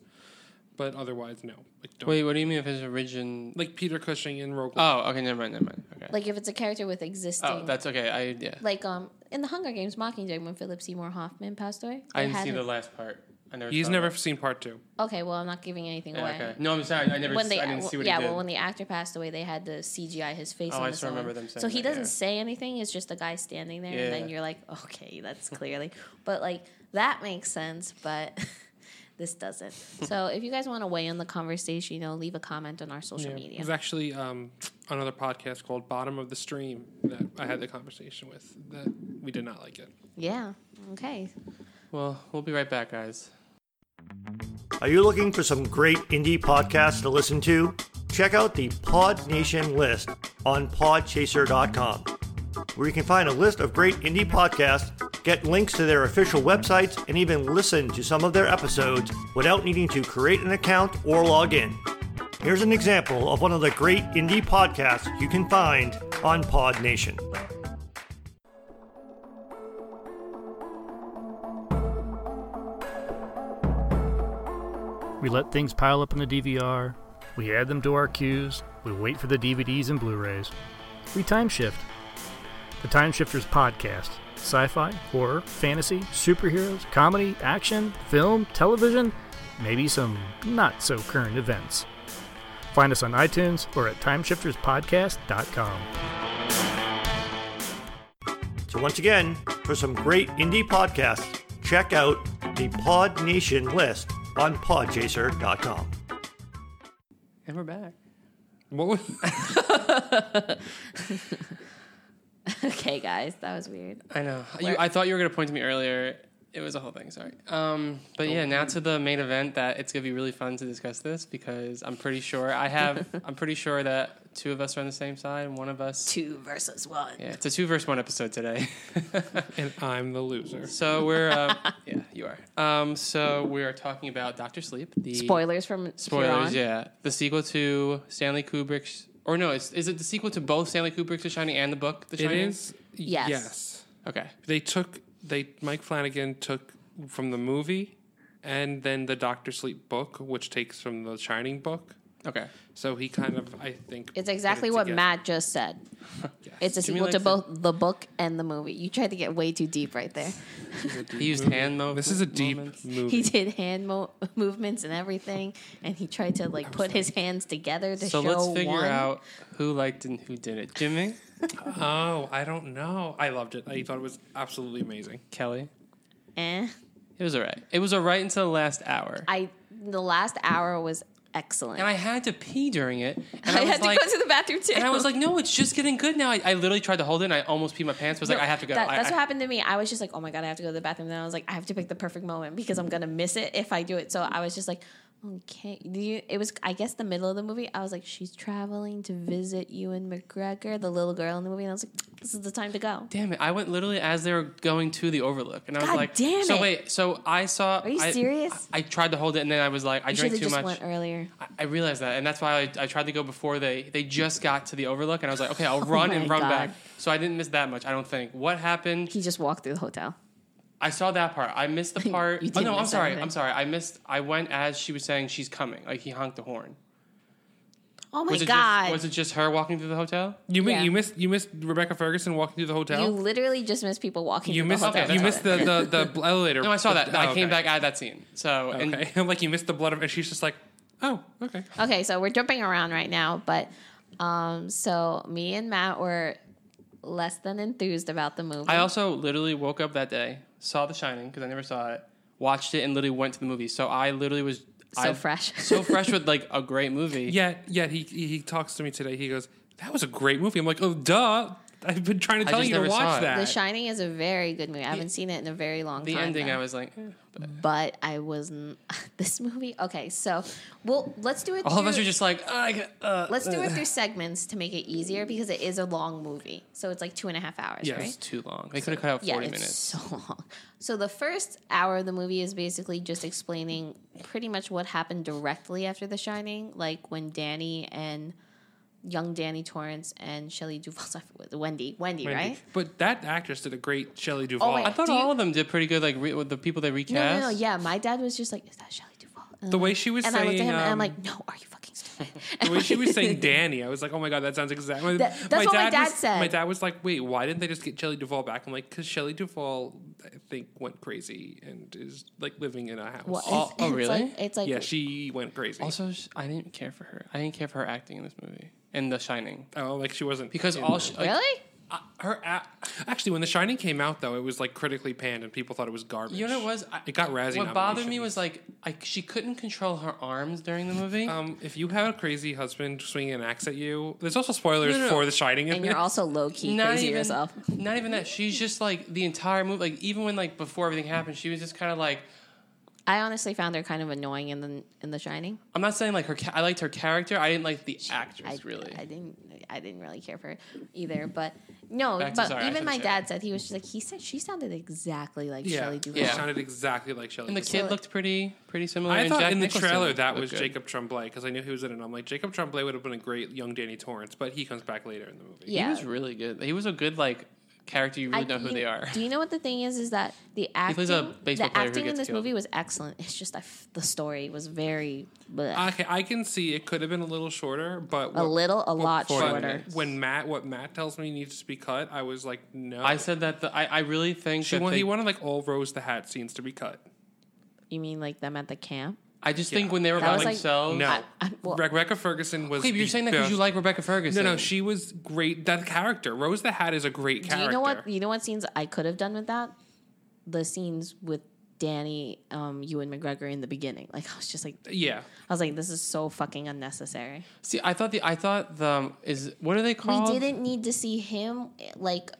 [SPEAKER 3] But otherwise, no. Like, don't.
[SPEAKER 1] Wait, what do you mean if his origin?
[SPEAKER 3] like Peter Cushing in Rogue. One.
[SPEAKER 1] Oh, okay, never mind, never mind. Okay.
[SPEAKER 4] like, if it's a character with existing,
[SPEAKER 1] oh, that's okay. I yeah.
[SPEAKER 4] like um in the Hunger Games Mockingjay when Philip Seymour Hoffman passed away,
[SPEAKER 1] I
[SPEAKER 4] they
[SPEAKER 1] didn't
[SPEAKER 4] had
[SPEAKER 1] see
[SPEAKER 4] him-
[SPEAKER 1] the last part. I never.
[SPEAKER 3] He's
[SPEAKER 1] saw
[SPEAKER 3] never
[SPEAKER 1] that.
[SPEAKER 3] seen part two.
[SPEAKER 4] Okay, well, I'm not giving anything
[SPEAKER 1] Yeah,
[SPEAKER 4] away.
[SPEAKER 1] okay. No, I'm sorry. I never.
[SPEAKER 4] When they,
[SPEAKER 1] I didn't see what
[SPEAKER 4] yeah,
[SPEAKER 1] he did.
[SPEAKER 4] well, when the actor passed away, they had the CGI his face.
[SPEAKER 1] Oh,
[SPEAKER 4] on
[SPEAKER 1] I
[SPEAKER 4] the
[SPEAKER 1] still
[SPEAKER 4] song.
[SPEAKER 1] remember them saying
[SPEAKER 4] So he
[SPEAKER 1] that,
[SPEAKER 4] doesn't
[SPEAKER 1] yeah.
[SPEAKER 4] say anything. It's just a guy standing there, and
[SPEAKER 1] Yeah.
[SPEAKER 4] then you're like, okay, that's clearly. but like that makes sense, but this doesn't. so if you guys want to weigh in the conversation, you know, leave a comment on our social media.
[SPEAKER 3] There's actually um, another podcast called Bottom of the Stream that I had the conversation with that we did not like it.
[SPEAKER 4] Yeah. Okay.
[SPEAKER 1] well, we'll be right back, guys.
[SPEAKER 5] Are you looking for some great indie podcasts to listen to? Check out the Pod Nation list on podchaser.com, where you can find a list of great indie podcasts, get links to their official websites, and even listen to some of their episodes without needing to create an account or log in. Here's an example of one of the great indie podcasts you can find on Pod Nation.
[SPEAKER 6] We let things pile up in the DVR. We add them to our queues. We wait for the DVDs and Blu rays. We time shift. The Time Shifters Podcast sci fi, horror, fantasy, superheroes, comedy, action, film, television, maybe some not so current events. Find us on iTunes or at timeshifterspodcast.com.
[SPEAKER 5] So, once again, for some great indie podcasts, check out the Pod Nation list on podchaser.com.
[SPEAKER 1] And we're back.
[SPEAKER 3] What was
[SPEAKER 4] Okay, guys, that was weird.
[SPEAKER 1] I know. You, I thought you were going to point to me earlier. It was a whole thing. Sorry. Um, but yeah, now to the main event. That it's going to be really fun to discuss this because I'm pretty sure I have. I'm pretty sure that two of us are on the same side and one of us.
[SPEAKER 7] Two versus one.
[SPEAKER 1] Yeah, it's a two verse one episode today.
[SPEAKER 3] and I'm the loser.
[SPEAKER 1] so we're. Um, yeah, you are. Um, so we are talking about Doctor Sleep. The
[SPEAKER 4] Spoilers from
[SPEAKER 1] Spoilers, yeah. The sequel to Stanley Kubrick's, or no, it's, is it the sequel to both Stanley Kubrick's The Shining and the book The
[SPEAKER 3] It
[SPEAKER 1] Shining?
[SPEAKER 3] is
[SPEAKER 4] Yes.
[SPEAKER 1] Okay.
[SPEAKER 3] They took they Mike Flanagan took from the movie and then the Doctor Sleep book, which takes from the Shining book.
[SPEAKER 1] Okay.
[SPEAKER 3] So he kind of I think
[SPEAKER 4] It's exactly what Matt just said. It's a
[SPEAKER 1] Jimmy
[SPEAKER 4] sequel to
[SPEAKER 1] likes
[SPEAKER 4] both the book and the movie. You tried to get way too deep right there.
[SPEAKER 1] He used hand mo-
[SPEAKER 3] This is a deep
[SPEAKER 1] moments.
[SPEAKER 3] movie.
[SPEAKER 4] He did hand mo- movements and everything, and he tried to like put his hands together to
[SPEAKER 1] So
[SPEAKER 4] show
[SPEAKER 1] let's figure
[SPEAKER 4] one.
[SPEAKER 1] out who liked and who didn't. Jimmy,
[SPEAKER 3] Oh, I don't know. I loved it. I thought it was absolutely amazing.
[SPEAKER 1] Kelly.
[SPEAKER 4] Eh.
[SPEAKER 1] It was all right. It was all right until the last hour.
[SPEAKER 4] I the last hour was excellent.
[SPEAKER 1] and I had to pee during it. And
[SPEAKER 4] I
[SPEAKER 1] I, was
[SPEAKER 4] had to
[SPEAKER 1] like,
[SPEAKER 4] go to the bathroom too.
[SPEAKER 1] and I was like, no, it's just getting good now. I, I literally tried to hold it and I almost peed my pants. I was like, I have to go.
[SPEAKER 4] That-
[SPEAKER 1] I-
[SPEAKER 4] that's
[SPEAKER 1] I-
[SPEAKER 4] what happened to me. I was just like, oh my god, I have to go to the bathroom. Then I was like, I have to pick the perfect moment because I'm gonna miss it if I do it. So I was just like, okay. Do you, it was, I guess, the middle of the movie. I was like, she's traveling to visit Ewan McGregor, the little girl in the movie, and I was like, this is the time to go.
[SPEAKER 1] Damn it! I went literally as they were going to the Overlook, and I was
[SPEAKER 4] God
[SPEAKER 1] like,
[SPEAKER 4] damn
[SPEAKER 1] "So
[SPEAKER 4] it.
[SPEAKER 1] wait, so I saw." Are
[SPEAKER 4] you serious?
[SPEAKER 1] I, I tried to hold it, and then I was like, "I
[SPEAKER 4] You should
[SPEAKER 1] drank
[SPEAKER 4] have
[SPEAKER 1] too
[SPEAKER 4] just
[SPEAKER 1] much."
[SPEAKER 4] went earlier.
[SPEAKER 1] I- I realized that, and that's why I, I tried to go before they they just got to the Overlook, and I was like, "Okay, I'll run and
[SPEAKER 4] Oh my
[SPEAKER 1] run back."
[SPEAKER 4] God.
[SPEAKER 1] So I didn't miss that much. I don't think. What happened?
[SPEAKER 4] He just walked through the hotel.
[SPEAKER 1] I saw that part. I missed the part.
[SPEAKER 4] You
[SPEAKER 1] oh
[SPEAKER 4] didn't
[SPEAKER 1] no, I'm
[SPEAKER 4] miss
[SPEAKER 1] sorry.
[SPEAKER 4] anything.
[SPEAKER 1] I'm sorry. I missed. I went as she was saying she's coming. Like he honked the horn.
[SPEAKER 4] Oh my
[SPEAKER 1] Was it
[SPEAKER 4] god!
[SPEAKER 1] Just, was it just her walking through the hotel?
[SPEAKER 3] You mean
[SPEAKER 4] Yeah.
[SPEAKER 3] you missed you missed Rebecca Ferguson walking through the hotel?
[SPEAKER 4] you literally just missed people walking.
[SPEAKER 3] You
[SPEAKER 4] through
[SPEAKER 3] missed
[SPEAKER 4] The hotel.
[SPEAKER 1] okay,
[SPEAKER 3] you
[SPEAKER 1] that's
[SPEAKER 3] missed the, the, the elevator.
[SPEAKER 1] No, I saw that.
[SPEAKER 3] Oh,
[SPEAKER 1] I came
[SPEAKER 3] okay.
[SPEAKER 1] back at that scene. So and
[SPEAKER 3] Okay, I'm like you missed the blood of, and she's just like, oh, okay.
[SPEAKER 4] Okay, so we're jumping around right now, but um, so me and Matt were less than enthused about the movie.
[SPEAKER 1] I also literally woke up that day, saw The Shining because I never saw it, watched it, and literally went to the movie. So I literally was
[SPEAKER 4] so
[SPEAKER 1] I-
[SPEAKER 4] fresh.
[SPEAKER 1] so fresh with like a great movie.
[SPEAKER 3] Yet, yet he he he talks to me today. He goes, "That was a great movie." I'm like, "Oh, duh! I've been trying to
[SPEAKER 1] I
[SPEAKER 3] tell
[SPEAKER 1] just
[SPEAKER 3] you to
[SPEAKER 1] never saw
[SPEAKER 3] watch
[SPEAKER 1] it.
[SPEAKER 3] that."
[SPEAKER 4] The Shining is a very good movie. I haven't seen it in a very long
[SPEAKER 1] The
[SPEAKER 4] time.
[SPEAKER 1] ending,
[SPEAKER 4] though.
[SPEAKER 1] I was like, eh.
[SPEAKER 4] but I wasn't. This movie, okay, so well, let's do it.
[SPEAKER 1] all of us
[SPEAKER 4] through-
[SPEAKER 1] are just like, "Ah, I ca- uh,
[SPEAKER 4] Let's do it through segments to make it easier because it is a long movie, so it's like two and a half hours,
[SPEAKER 3] Yes.
[SPEAKER 4] right?
[SPEAKER 1] it's too long. They could have cut out forty
[SPEAKER 4] it's
[SPEAKER 1] minutes.
[SPEAKER 4] So long. So the first hour of the movie is basically just explaining pretty much what happened directly after The Shining, like when Danny and young Danny Torrance and Shelley Duvall, I forget- Wendy, Wendy,
[SPEAKER 3] Wendy.
[SPEAKER 4] right? Oh,
[SPEAKER 3] But that actress did a great Shelley Duvall.
[SPEAKER 4] wait.
[SPEAKER 1] I thought
[SPEAKER 4] Do you-
[SPEAKER 1] all of them did pretty good. Like re- with the people they
[SPEAKER 4] No, no,
[SPEAKER 1] recast.
[SPEAKER 4] no, yeah. My dad was just like, "Is that Shelley Duvall?" And
[SPEAKER 3] The way she was
[SPEAKER 4] and I
[SPEAKER 3] saying,
[SPEAKER 4] looked at him and I'm
[SPEAKER 3] um,
[SPEAKER 4] like, no, are you fucking stupid?
[SPEAKER 3] the way she was saying Danny, I was like, oh my god, that sounds exactly.
[SPEAKER 4] That- that's what my dad
[SPEAKER 3] was,
[SPEAKER 4] said.
[SPEAKER 3] My dad was like, wait, why didn't they just get Shelley Duvall back? I'm like, because Shelley Duvall, I think, went crazy and is like living in a house.
[SPEAKER 4] Well,
[SPEAKER 1] Oh,
[SPEAKER 4] it's-
[SPEAKER 1] oh,
[SPEAKER 4] it's
[SPEAKER 1] really?
[SPEAKER 4] Like, it's like
[SPEAKER 3] Yeah, she went crazy.
[SPEAKER 1] Also, sh- I didn't care for her. I didn't care for her acting in this movie and The Shining
[SPEAKER 3] oh, like she wasn't
[SPEAKER 1] because
[SPEAKER 3] in
[SPEAKER 1] all
[SPEAKER 3] the-
[SPEAKER 1] she, like,
[SPEAKER 4] really.
[SPEAKER 3] uh, her a- actually when The Shining came out though, it was like critically panned and people thought it was garbage.
[SPEAKER 1] You know what it was? I-
[SPEAKER 3] it got Razzie.
[SPEAKER 1] What bothered me
[SPEAKER 3] nominations.
[SPEAKER 1] was like I, she couldn't control her arms during the movie.
[SPEAKER 3] Um, if you have a crazy husband swinging an axe at you, there's also spoilers
[SPEAKER 1] No, no, no.
[SPEAKER 3] for The Shining. in
[SPEAKER 4] And you're
[SPEAKER 3] this.
[SPEAKER 4] also low key
[SPEAKER 1] not
[SPEAKER 4] crazy
[SPEAKER 1] even
[SPEAKER 4] yourself.
[SPEAKER 1] not even that. She's just like the entire movie. Like even when like before everything happened, she was just kind of like
[SPEAKER 4] I honestly found her kind of annoying in the in The Shining.
[SPEAKER 1] I'm not saying like her. Ca- I liked her character. I didn't like the
[SPEAKER 4] I,
[SPEAKER 1] actress really.
[SPEAKER 4] I didn't. I didn't really care for it either. But no,
[SPEAKER 1] Back to-
[SPEAKER 4] but
[SPEAKER 1] sorry, I
[SPEAKER 4] even
[SPEAKER 1] shouldn't
[SPEAKER 4] my
[SPEAKER 1] say
[SPEAKER 4] dad said he was just like he said she sounded exactly like
[SPEAKER 3] yeah,
[SPEAKER 4] Shelley Duvall.
[SPEAKER 3] It
[SPEAKER 1] Yeah.
[SPEAKER 3] sounded exactly like Shelley.
[SPEAKER 1] and the
[SPEAKER 3] Duvall.
[SPEAKER 1] kid
[SPEAKER 4] like-
[SPEAKER 1] looked pretty pretty similar.
[SPEAKER 3] I
[SPEAKER 1] and
[SPEAKER 3] thought
[SPEAKER 1] Jack
[SPEAKER 3] in the
[SPEAKER 1] Nicholson
[SPEAKER 3] trailer that
[SPEAKER 1] looked
[SPEAKER 3] was
[SPEAKER 1] good.
[SPEAKER 3] Jacob Tremblay because I knew he was in it. and I'm like, Jacob Tremblay would have been a great young Danny Torrance, but he comes back later in the movie.
[SPEAKER 4] Yeah.
[SPEAKER 1] He was really good. He was a good like character. You
[SPEAKER 4] I-
[SPEAKER 1] really know who
[SPEAKER 4] you-
[SPEAKER 1] they are.
[SPEAKER 4] Do you know what the thing is? Is that the acting,
[SPEAKER 1] plays a baseball
[SPEAKER 4] the
[SPEAKER 1] player who
[SPEAKER 4] acting in
[SPEAKER 1] gets
[SPEAKER 4] this
[SPEAKER 1] killed.
[SPEAKER 4] movie was excellent. It's just I f- the story was very bleh.
[SPEAKER 3] Okay, I can see it could have been a little shorter, but
[SPEAKER 4] a little, a lot
[SPEAKER 1] forty
[SPEAKER 4] shorter.
[SPEAKER 1] minutes.
[SPEAKER 3] When Matt, what Matt tells me needs to be cut, I was like, no.
[SPEAKER 1] I said that the, I I really think
[SPEAKER 3] she
[SPEAKER 1] that
[SPEAKER 3] wa-
[SPEAKER 1] they-
[SPEAKER 3] he wanted like all Rose the Hat scenes to be cut.
[SPEAKER 4] You mean like them at the camp?
[SPEAKER 1] I just think when they were
[SPEAKER 4] That
[SPEAKER 1] by
[SPEAKER 4] was, like,
[SPEAKER 1] themselves.
[SPEAKER 3] No,
[SPEAKER 4] I- I- well-
[SPEAKER 3] Rebecca Ferguson was.
[SPEAKER 1] Okay, but you're
[SPEAKER 3] the
[SPEAKER 1] saying that because you
[SPEAKER 3] best-
[SPEAKER 1] like Rebecca
[SPEAKER 3] No,
[SPEAKER 1] Ferguson.
[SPEAKER 3] no, she was great. That character, Rose the Hat, is a great
[SPEAKER 4] Do
[SPEAKER 3] character.
[SPEAKER 4] you know what? You know what scenes I could have done with that? The scenes with Danny, um, Ewan McGregor in the beginning. Like I was just like,
[SPEAKER 3] Yeah,
[SPEAKER 4] I was like, this is so fucking unnecessary.
[SPEAKER 1] See, I thought the I thought the um, is what are they called?
[SPEAKER 4] We didn't need to see him like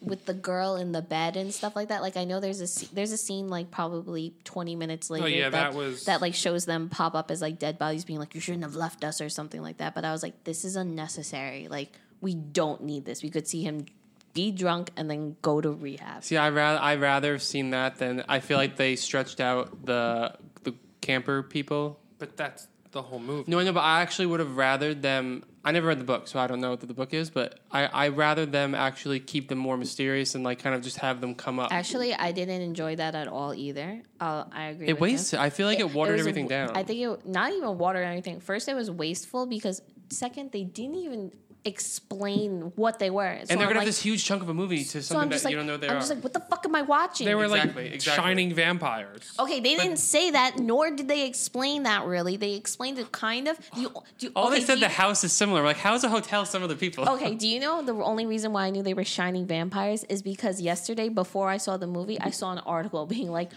[SPEAKER 4] with the girl in the bed and stuff like that. Like I know there's a sce- there's a scene like probably 20 minutes later
[SPEAKER 3] Oh, yeah, that was-
[SPEAKER 4] that like shows them pop up as like dead bodies being like you shouldn't have left us or something like that. But I was like this is unnecessary. Like we don't need this. We could see him be drunk and then go to rehab.
[SPEAKER 1] See, I rather I rather have seen that than I feel like they stretched out the the camper people.
[SPEAKER 3] but that's the whole movie.
[SPEAKER 1] No, I know, but I actually would have rathered them. I never read the book, so I don't know what the book is. But I I rather them actually keep them more mysterious and like kind of just have them come up.
[SPEAKER 4] Actually, I didn't enjoy that at all either. Uh, I agree.
[SPEAKER 1] it
[SPEAKER 4] with you.
[SPEAKER 1] wastes. it. I feel like it, watered
[SPEAKER 4] was a-
[SPEAKER 1] everything down.
[SPEAKER 4] I think it not even watered anything. First, it was wasteful because second, they didn't even explain what they were. So
[SPEAKER 1] and they're
[SPEAKER 4] I'm
[SPEAKER 1] gonna
[SPEAKER 4] like-
[SPEAKER 1] have this huge chunk of a movie to
[SPEAKER 4] so I'm
[SPEAKER 1] something
[SPEAKER 4] just
[SPEAKER 1] that
[SPEAKER 4] like,
[SPEAKER 1] you don't know what they
[SPEAKER 4] I'm
[SPEAKER 1] are.
[SPEAKER 4] just like, what the fuck am I watching?
[SPEAKER 3] they were
[SPEAKER 1] Exactly,
[SPEAKER 3] like
[SPEAKER 1] exactly.
[SPEAKER 3] shining vampires.
[SPEAKER 4] okay, they didn't say that, nor did they explain that really. They explained it kind of. Do you, do you,
[SPEAKER 1] All
[SPEAKER 4] okay,
[SPEAKER 1] they said
[SPEAKER 4] do
[SPEAKER 1] the
[SPEAKER 4] you-
[SPEAKER 1] house is similar. Like, how is a hotel similar to people?
[SPEAKER 4] Okay, do you know the only reason why I knew they were shining vampires is because yesterday, before I saw the movie, I saw an article being like,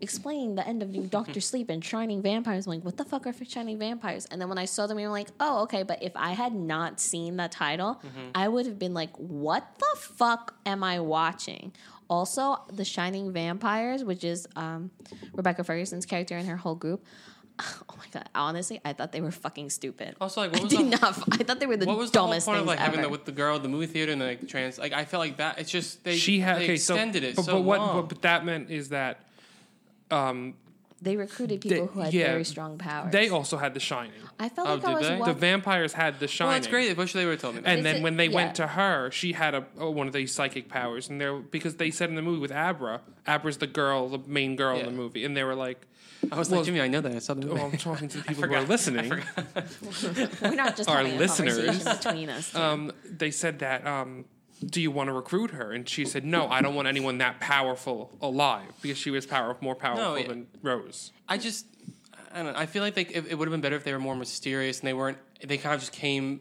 [SPEAKER 4] explaining the end of Doctor Sleep and shining vampires. I'm like, what the fuck are shining vampires? And then when I saw them, I'm like, oh, okay. But if I had not seen that title, I would have been like, what the fuck am I watching? Also, the Shining Vampires, which is um, Rebecca Ferguson's character and her whole group. Oh my god! Honestly, I thought they were fucking stupid.
[SPEAKER 1] Also, like, what
[SPEAKER 4] I
[SPEAKER 1] was
[SPEAKER 4] did
[SPEAKER 1] the-
[SPEAKER 4] not. f- I thought they were the
[SPEAKER 1] what was the whole
[SPEAKER 4] dumbest
[SPEAKER 1] point of
[SPEAKER 4] things
[SPEAKER 1] like
[SPEAKER 4] ever.
[SPEAKER 1] having the with the girl at the movie theater and like trans? Like, I felt like that. It's just they
[SPEAKER 3] she had
[SPEAKER 1] they
[SPEAKER 3] okay, so-
[SPEAKER 1] extended it
[SPEAKER 3] But,
[SPEAKER 1] so
[SPEAKER 3] but what?
[SPEAKER 1] long.
[SPEAKER 3] But, but that meant is that
[SPEAKER 4] they recruited
[SPEAKER 3] they,
[SPEAKER 4] people who had
[SPEAKER 3] yeah,
[SPEAKER 4] very strong powers.
[SPEAKER 3] They also had The Shining.
[SPEAKER 4] I felt
[SPEAKER 1] Oh,
[SPEAKER 4] like I
[SPEAKER 1] did
[SPEAKER 4] was
[SPEAKER 1] they?
[SPEAKER 4] wa-
[SPEAKER 1] The
[SPEAKER 3] The vampires had The Shining.
[SPEAKER 1] well, that's great. I wish they would have told me that.
[SPEAKER 3] And
[SPEAKER 4] It's
[SPEAKER 3] then
[SPEAKER 4] a-
[SPEAKER 3] when they
[SPEAKER 4] yeah.
[SPEAKER 3] went to her, she had a oh, one of these psychic powers, and they were, because they said in the movie with Abra, Abra's the girl, the main girl in
[SPEAKER 1] Yeah.
[SPEAKER 3] the movie, and they were like,
[SPEAKER 1] I was
[SPEAKER 3] well,
[SPEAKER 1] like, Jimmy, I know that. I saw the
[SPEAKER 3] "Oh,
[SPEAKER 1] movie.
[SPEAKER 3] I'm talking to the people who are listening."
[SPEAKER 4] we're not just
[SPEAKER 3] our
[SPEAKER 4] having a
[SPEAKER 3] listeners.
[SPEAKER 4] conversation between us. two.
[SPEAKER 3] um, they said that, um, do you want to recruit her? And she said, no, I don't want anyone that powerful alive because she was power, more powerful
[SPEAKER 1] yeah.
[SPEAKER 3] than Rose.
[SPEAKER 1] I just, I don't know. I feel like they, it, it would have been better if they were more mysterious and they weren't. They kind of just came,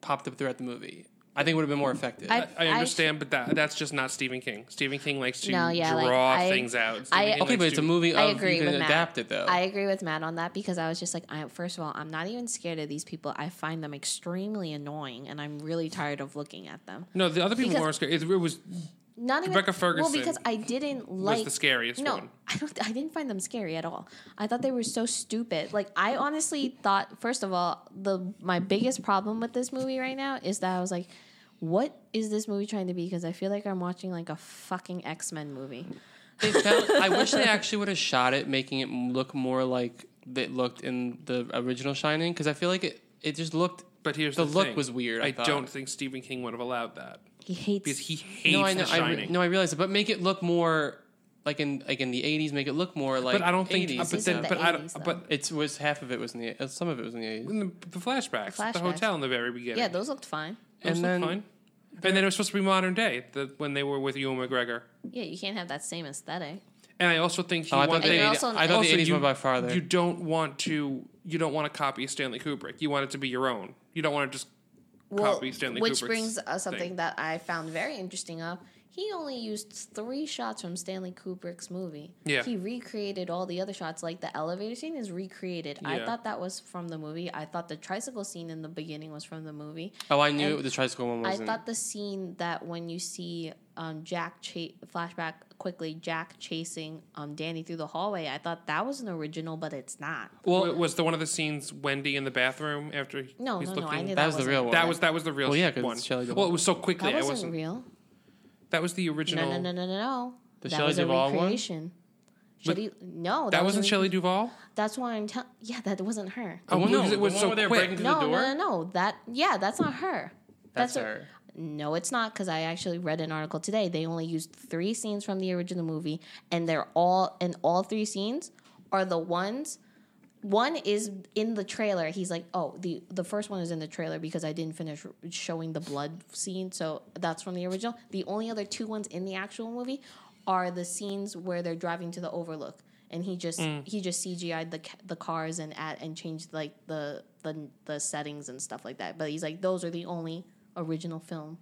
[SPEAKER 1] popped up throughout the movie. I think it would have been more effective.
[SPEAKER 4] I-
[SPEAKER 3] I understand, but that that's just not Stephen King. Stephen King likes to
[SPEAKER 4] No, yeah, like,
[SPEAKER 3] draw
[SPEAKER 4] I-
[SPEAKER 3] things out.
[SPEAKER 4] I-
[SPEAKER 3] Stephen King
[SPEAKER 1] okay,
[SPEAKER 3] likes
[SPEAKER 1] but it's
[SPEAKER 3] to-
[SPEAKER 1] a movie. Of,
[SPEAKER 4] I agree
[SPEAKER 1] You
[SPEAKER 4] with
[SPEAKER 1] can
[SPEAKER 4] Matt.
[SPEAKER 1] adapt it though.
[SPEAKER 4] I agree with Matt on that because I was just like, I first of all, I'm not even scared of these people. I find them extremely annoying, and I'm really tired of looking at them.
[SPEAKER 3] No, the other people
[SPEAKER 4] Because-
[SPEAKER 3] weren't scared. It, it was
[SPEAKER 4] Not even
[SPEAKER 3] Rebecca
[SPEAKER 4] Well,
[SPEAKER 3] Ferguson
[SPEAKER 4] because I didn't like
[SPEAKER 3] was the scariest
[SPEAKER 4] No,
[SPEAKER 3] one.
[SPEAKER 4] I don't. I didn't find them scary at all. I thought they were so stupid. Like I honestly thought. First of all, the my biggest problem with this movie right now is that I was like, what is this movie trying to be? Because I feel like I'm watching like a fucking X Men movie.
[SPEAKER 1] They felt, I wish they actually would have shot it, making it look more like it looked in the original Shining, because I feel like it. It just looked.
[SPEAKER 3] But here's the,
[SPEAKER 1] the look
[SPEAKER 3] thing.
[SPEAKER 1] was weird. I,
[SPEAKER 3] I,
[SPEAKER 1] thought.
[SPEAKER 3] don't think Stephen King would have allowed that
[SPEAKER 4] He hates.
[SPEAKER 3] because he hates
[SPEAKER 1] No, I know.
[SPEAKER 3] The
[SPEAKER 1] I, re-
[SPEAKER 3] Shining.
[SPEAKER 1] no, I realize it, but make it look more like in like in the eighties, make it look more like.
[SPEAKER 3] but I don't think.
[SPEAKER 1] 80s.
[SPEAKER 3] uh, but
[SPEAKER 4] This
[SPEAKER 3] then,
[SPEAKER 4] is the
[SPEAKER 3] but I don't.
[SPEAKER 4] 80s, though.
[SPEAKER 3] But
[SPEAKER 1] it was half of it was in the uh, some of it was in the eighties,
[SPEAKER 4] Mm,
[SPEAKER 3] in the, the flashbacks,
[SPEAKER 4] Flashbacks.
[SPEAKER 3] the hotel in the very beginning.
[SPEAKER 4] Yeah, those looked fine.
[SPEAKER 3] Those
[SPEAKER 1] and
[SPEAKER 3] look
[SPEAKER 1] then
[SPEAKER 3] fine. and then it was supposed to be modern day the, when they were with Ewan McGregor.
[SPEAKER 4] Yeah, you can't have that same aesthetic.
[SPEAKER 3] And I also think he
[SPEAKER 1] oh, I thought
[SPEAKER 3] wanted.
[SPEAKER 1] the
[SPEAKER 4] And you're
[SPEAKER 1] 80s
[SPEAKER 4] also-
[SPEAKER 1] I thought
[SPEAKER 4] also
[SPEAKER 1] the eighties
[SPEAKER 3] you-
[SPEAKER 1] went by farther.
[SPEAKER 3] You don't want to. You don't want to copy Stanley Kubrick. You want it to be your own. You don't want to just copy Stanley
[SPEAKER 4] which
[SPEAKER 3] Kubrick's
[SPEAKER 4] brings us something
[SPEAKER 3] thing.
[SPEAKER 4] that I found very interesting up. He only used three shots from Stanley Kubrick's movie.
[SPEAKER 3] Yeah.
[SPEAKER 4] He recreated all the other shots, like the elevator scene is recreated. I
[SPEAKER 3] Yeah.
[SPEAKER 4] thought that was from the movie. I thought the tricycle scene in the beginning was from the movie.
[SPEAKER 1] oh, I knew
[SPEAKER 4] and
[SPEAKER 1] the tricycle one
[SPEAKER 4] I
[SPEAKER 1] wasn't.
[SPEAKER 4] thought the scene that when you see um, Jack cha- flashback quickly, Jack chasing um, Danny through the hallway. I thought that was an original, but it's not.
[SPEAKER 3] Well, it was the one of the scenes Wendy in the bathroom after he-
[SPEAKER 4] No,
[SPEAKER 3] he's
[SPEAKER 4] no, no.
[SPEAKER 3] looking.
[SPEAKER 4] I knew that,
[SPEAKER 1] that was the
[SPEAKER 4] wasn't-
[SPEAKER 1] real one.
[SPEAKER 3] That was that was the real
[SPEAKER 1] Well, yeah, 'cause
[SPEAKER 3] one.
[SPEAKER 1] it's Shelley Duvall.
[SPEAKER 3] Well, it was so quickly.
[SPEAKER 4] That
[SPEAKER 3] I
[SPEAKER 4] wasn't
[SPEAKER 3] wasn't.
[SPEAKER 4] real.
[SPEAKER 3] That was the original.
[SPEAKER 4] No, no, no, no, no, no.
[SPEAKER 1] The
[SPEAKER 4] that
[SPEAKER 1] Shelley
[SPEAKER 4] was a
[SPEAKER 1] Duvall one?
[SPEAKER 4] recreation.
[SPEAKER 3] But-
[SPEAKER 4] Shelley, no,
[SPEAKER 3] That
[SPEAKER 4] was a
[SPEAKER 3] wasn't
[SPEAKER 4] re-
[SPEAKER 3] Shelley Duvall.
[SPEAKER 4] That's why I'm telling. Yeah, that wasn't her.
[SPEAKER 1] The one-
[SPEAKER 3] because
[SPEAKER 1] no,
[SPEAKER 3] it Oh, was
[SPEAKER 1] the one
[SPEAKER 3] so
[SPEAKER 1] where they were
[SPEAKER 3] quick.
[SPEAKER 1] breaking Oh, through
[SPEAKER 4] No,
[SPEAKER 1] the door.
[SPEAKER 4] no, no, no. That yeah, that's not her.
[SPEAKER 1] That's,
[SPEAKER 4] a-
[SPEAKER 1] her.
[SPEAKER 4] No, it's not because I actually read an article today. They only used three scenes from the original movie, and they're all and all three scenes are the ones. One is in the trailer. He's like, "Oh, the the first one is in the trailer because I didn't finish showing the blood scene, so that's from the original." The only other two ones in the actual movie are the scenes where they're driving to the Overlook, and he just
[SPEAKER 3] Mm.
[SPEAKER 4] he just CGI'd the ca- the cars and at and changed like the the the settings and stuff like that. But he's like, "Those are the only original film."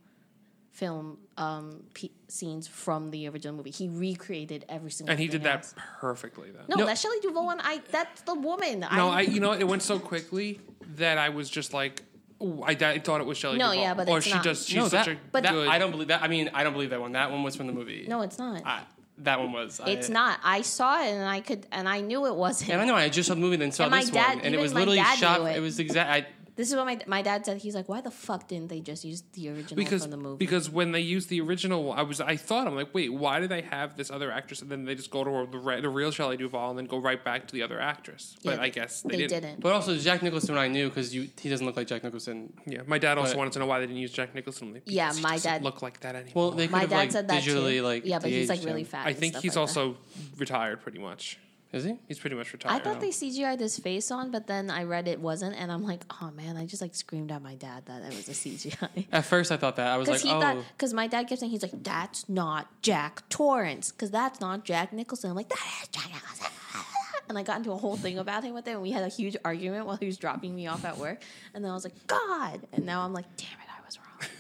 [SPEAKER 4] film um, p- scenes from the original movie. He recreated every single.
[SPEAKER 3] And he
[SPEAKER 4] thing
[SPEAKER 3] did that
[SPEAKER 4] else.
[SPEAKER 3] perfectly. Then
[SPEAKER 4] No, that Shelley Duvall one. I that's the woman.
[SPEAKER 3] No, I you know it went so quickly that I was just like, ooh, I, I thought it was Shelley.
[SPEAKER 4] No,
[SPEAKER 3] Duvall.
[SPEAKER 4] yeah, but
[SPEAKER 3] or
[SPEAKER 4] it's
[SPEAKER 3] she
[SPEAKER 4] not.
[SPEAKER 3] does. She's
[SPEAKER 1] no,
[SPEAKER 3] such
[SPEAKER 1] that,
[SPEAKER 3] a
[SPEAKER 1] but that,
[SPEAKER 3] good.
[SPEAKER 1] I don't believe that. I mean, I don't believe that one. That one was from the movie.
[SPEAKER 4] no, it's not.
[SPEAKER 1] I, that one was.
[SPEAKER 4] it's
[SPEAKER 1] I,
[SPEAKER 4] not. I saw it and I could and I knew it wasn't.
[SPEAKER 1] And I know I just saw the movie, then saw
[SPEAKER 4] And my
[SPEAKER 1] this
[SPEAKER 4] dad-
[SPEAKER 1] one, and it
[SPEAKER 4] even
[SPEAKER 1] was
[SPEAKER 4] my
[SPEAKER 1] literally
[SPEAKER 4] dad
[SPEAKER 1] shot.
[SPEAKER 4] knew
[SPEAKER 1] It.
[SPEAKER 4] it.
[SPEAKER 1] was exact. I,
[SPEAKER 4] this is what my my dad said. He's like, "Why the fuck didn't they just use the original
[SPEAKER 3] because
[SPEAKER 4] from the movie?"
[SPEAKER 3] because when they used the original, one, I was I thought I'm like, wait, why do they have this other actress and then they just go to the, re- the real Shelley Duvall and then go right back to the other actress?
[SPEAKER 4] Yeah,
[SPEAKER 3] But I
[SPEAKER 4] they-
[SPEAKER 3] guess
[SPEAKER 4] they,
[SPEAKER 3] they, didn't.
[SPEAKER 4] didn't.
[SPEAKER 1] but also Jack Nicholson, I knew because he doesn't look like Jack Nicholson.
[SPEAKER 3] Yeah, my dad also
[SPEAKER 1] But-
[SPEAKER 3] wanted to know why they didn't use Jack Nicholson. I'm like,
[SPEAKER 4] Yeah,
[SPEAKER 3] because he
[SPEAKER 4] my
[SPEAKER 3] doesn't
[SPEAKER 4] dad-
[SPEAKER 3] Look like that anymore.
[SPEAKER 1] Well, they could
[SPEAKER 4] My
[SPEAKER 1] have
[SPEAKER 4] dad
[SPEAKER 1] like
[SPEAKER 4] said that
[SPEAKER 1] digitally
[SPEAKER 4] too.
[SPEAKER 1] like
[SPEAKER 4] yeah, but he's like
[SPEAKER 1] de-aged
[SPEAKER 4] really
[SPEAKER 1] him.
[SPEAKER 4] fat.
[SPEAKER 3] I
[SPEAKER 4] and
[SPEAKER 3] think
[SPEAKER 4] stuff
[SPEAKER 3] he's
[SPEAKER 4] like that.
[SPEAKER 3] also retired pretty much.
[SPEAKER 1] Is he?
[SPEAKER 3] He's pretty much retired.
[SPEAKER 4] I thought they CGI'd his face on, but then I read it wasn't, and I'm like, oh man! I just like screamed at my dad that it was a CGI.
[SPEAKER 1] At first, I thought that I was like,
[SPEAKER 4] Because he
[SPEAKER 1] oh,
[SPEAKER 4] thought, because my dad kept saying he's like, that's not Jack Torrance, because that's not Jack Nicholson. I'm like, that is Jack Nicholson. And I got into a whole thing about him with him, and we had a huge argument while he was dropping me off at work. And then I was like, God! And now I'm like, damn it, I was wrong.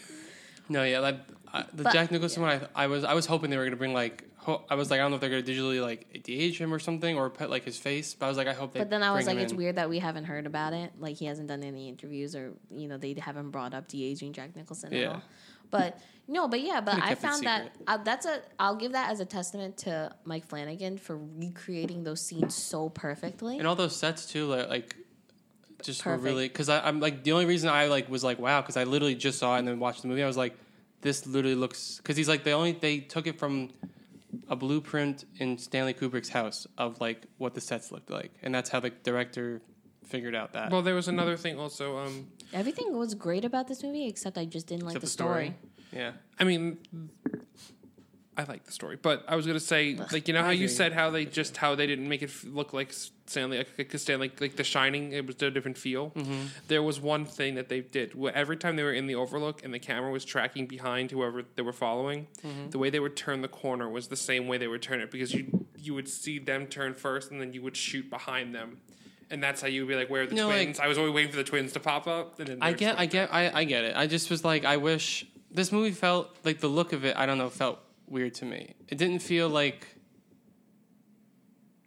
[SPEAKER 1] no, yeah, that, I, the
[SPEAKER 4] But-
[SPEAKER 1] Jack Nicholson one. I, I was, I was hoping they were gonna bring like, ho- I was like, I don't know if they're gonna digitally like de-age him or something or put like his face, but I was like, I hope they.
[SPEAKER 4] But then I was
[SPEAKER 1] bring
[SPEAKER 4] like,
[SPEAKER 1] him
[SPEAKER 4] it's
[SPEAKER 1] in.
[SPEAKER 4] weird that we haven't heard about it. Like he hasn't done any interviews, or you know, they haven't brought up de aging Jack Nicholson
[SPEAKER 1] Yeah.
[SPEAKER 4] at all. But no, but yeah, but
[SPEAKER 1] Could've
[SPEAKER 4] I
[SPEAKER 1] kept it
[SPEAKER 4] found that
[SPEAKER 1] secret.
[SPEAKER 4] uh, that's a I'll give that as a testament to Mike Flanagan for recreating those scenes so perfectly.
[SPEAKER 1] And all those sets too, like, like just were
[SPEAKER 4] Perfect.
[SPEAKER 1] really because I'm like the only reason I like was like wow because I literally just saw it and then watched the movie. I was like, this literally looks because he's like they only they took it from a blueprint in Stanley Kubrick's house of like what the sets looked like, and that's how the director figured out that.
[SPEAKER 3] Well, there was another thing also. Um,
[SPEAKER 4] Everything was great about this movie, except I just didn't like
[SPEAKER 1] Except
[SPEAKER 4] the story.
[SPEAKER 1] yeah,
[SPEAKER 3] I mean, I like the story, but I was gonna say, like, you know how you said how they just how they didn't make it f- look like Stanley, like, like Stanley, like The Shining, it was a different feel.
[SPEAKER 1] Mm-hmm.
[SPEAKER 3] There was one thing that they did where every time they were in the Overlook and the camera was tracking behind whoever they were following,
[SPEAKER 1] Mm-hmm.
[SPEAKER 3] the way they would turn the corner was the same way they would turn it because you you would see them turn first and then you would shoot behind them. And that's how you would be like, where are the
[SPEAKER 1] No, like-
[SPEAKER 3] twins? I was always waiting for the twins to pop up. And then they
[SPEAKER 1] I
[SPEAKER 3] would
[SPEAKER 1] get,
[SPEAKER 3] start.
[SPEAKER 1] I get, I, I get it. I just was like, I wish this movie felt like the look of it. I don't know, felt weird to me. It didn't feel like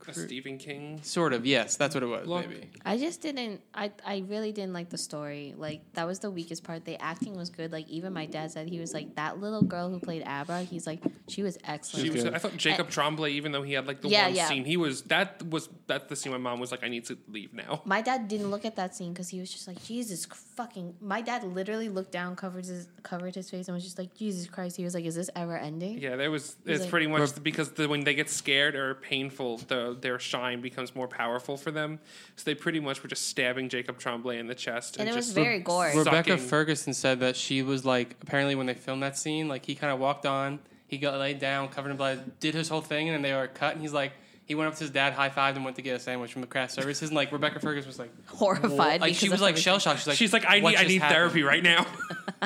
[SPEAKER 3] A Stephen King.
[SPEAKER 1] sort of yes, that's what it was
[SPEAKER 3] Look.
[SPEAKER 1] maybe.
[SPEAKER 4] I just didn't. I I really didn't like the story. Like that was the weakest part. The acting was good. Like even my dad said he was like that little girl who played Abra. He's like she was excellent.
[SPEAKER 3] She was, I thought Jacob Tremblay, even though he had like the
[SPEAKER 4] Yeah,
[SPEAKER 3] one
[SPEAKER 4] yeah.
[SPEAKER 3] scene, he was that was that's the scene my mom was like, I need to leave now.
[SPEAKER 4] my dad didn't look at that scene because he was just like Jesus cr- fucking. My dad literally looked down, covered his covered his face, and was just like Jesus Christ. He was like, Is this ever ending?
[SPEAKER 3] Yeah, there was it's
[SPEAKER 4] like-
[SPEAKER 3] pretty much because the, when they get scared or painful, the, their shine becomes more powerful for them. So they pretty much were just stabbing Jacob Tremblay in the chest,
[SPEAKER 4] And it was
[SPEAKER 3] just
[SPEAKER 4] very gory.
[SPEAKER 1] Rebecca
[SPEAKER 3] sucking.
[SPEAKER 1] Ferguson said that she was like apparently when they filmed that scene, like he kind of walked on, he He got laid down, covered in blood, did his whole thing, and then they were cut. And he's like, he went up to his dad, high fived, and went to get a sandwich from the craft services. And like Rebecca Ferguson was like,
[SPEAKER 4] Horrified.
[SPEAKER 1] like she was
[SPEAKER 4] because of
[SPEAKER 1] like
[SPEAKER 4] everything.
[SPEAKER 1] shell shocked. She's like,
[SPEAKER 3] She's like, I need, I need therapy right now.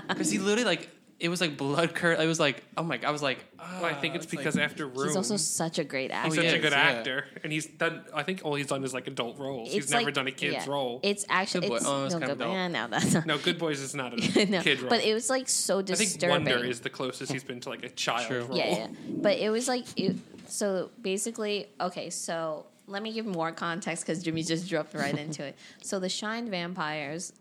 [SPEAKER 1] because he literally like it was like blood cur. It was like, oh my, I was like,
[SPEAKER 3] Well, I think it's
[SPEAKER 1] it's like-
[SPEAKER 3] because after Room,
[SPEAKER 4] He's also such a great actor.
[SPEAKER 3] such
[SPEAKER 1] he
[SPEAKER 3] a
[SPEAKER 1] is,
[SPEAKER 3] good
[SPEAKER 1] yeah.
[SPEAKER 3] actor, and he's done. I think all he's done is like adult roles. he's
[SPEAKER 4] It's
[SPEAKER 3] never
[SPEAKER 4] like-
[SPEAKER 3] done a kid's
[SPEAKER 4] yeah.
[SPEAKER 3] role.
[SPEAKER 4] It's actually
[SPEAKER 1] Good Boy.
[SPEAKER 4] it's,
[SPEAKER 1] Oh,
[SPEAKER 4] no
[SPEAKER 1] it's kind of
[SPEAKER 4] good boy.
[SPEAKER 1] adult.
[SPEAKER 4] Eh, no, that's not.
[SPEAKER 3] no, Good Boys is not a
[SPEAKER 4] no.
[SPEAKER 3] kid role.
[SPEAKER 4] But it was like so
[SPEAKER 3] I think
[SPEAKER 4] disturbing.
[SPEAKER 3] Wonder is the closest he's been to like a child
[SPEAKER 1] True.
[SPEAKER 3] role.
[SPEAKER 4] yeah, yeah. But it was like it, so basically okay. So let me give more context because Jimmy just dropped right into it. So the shined vampires.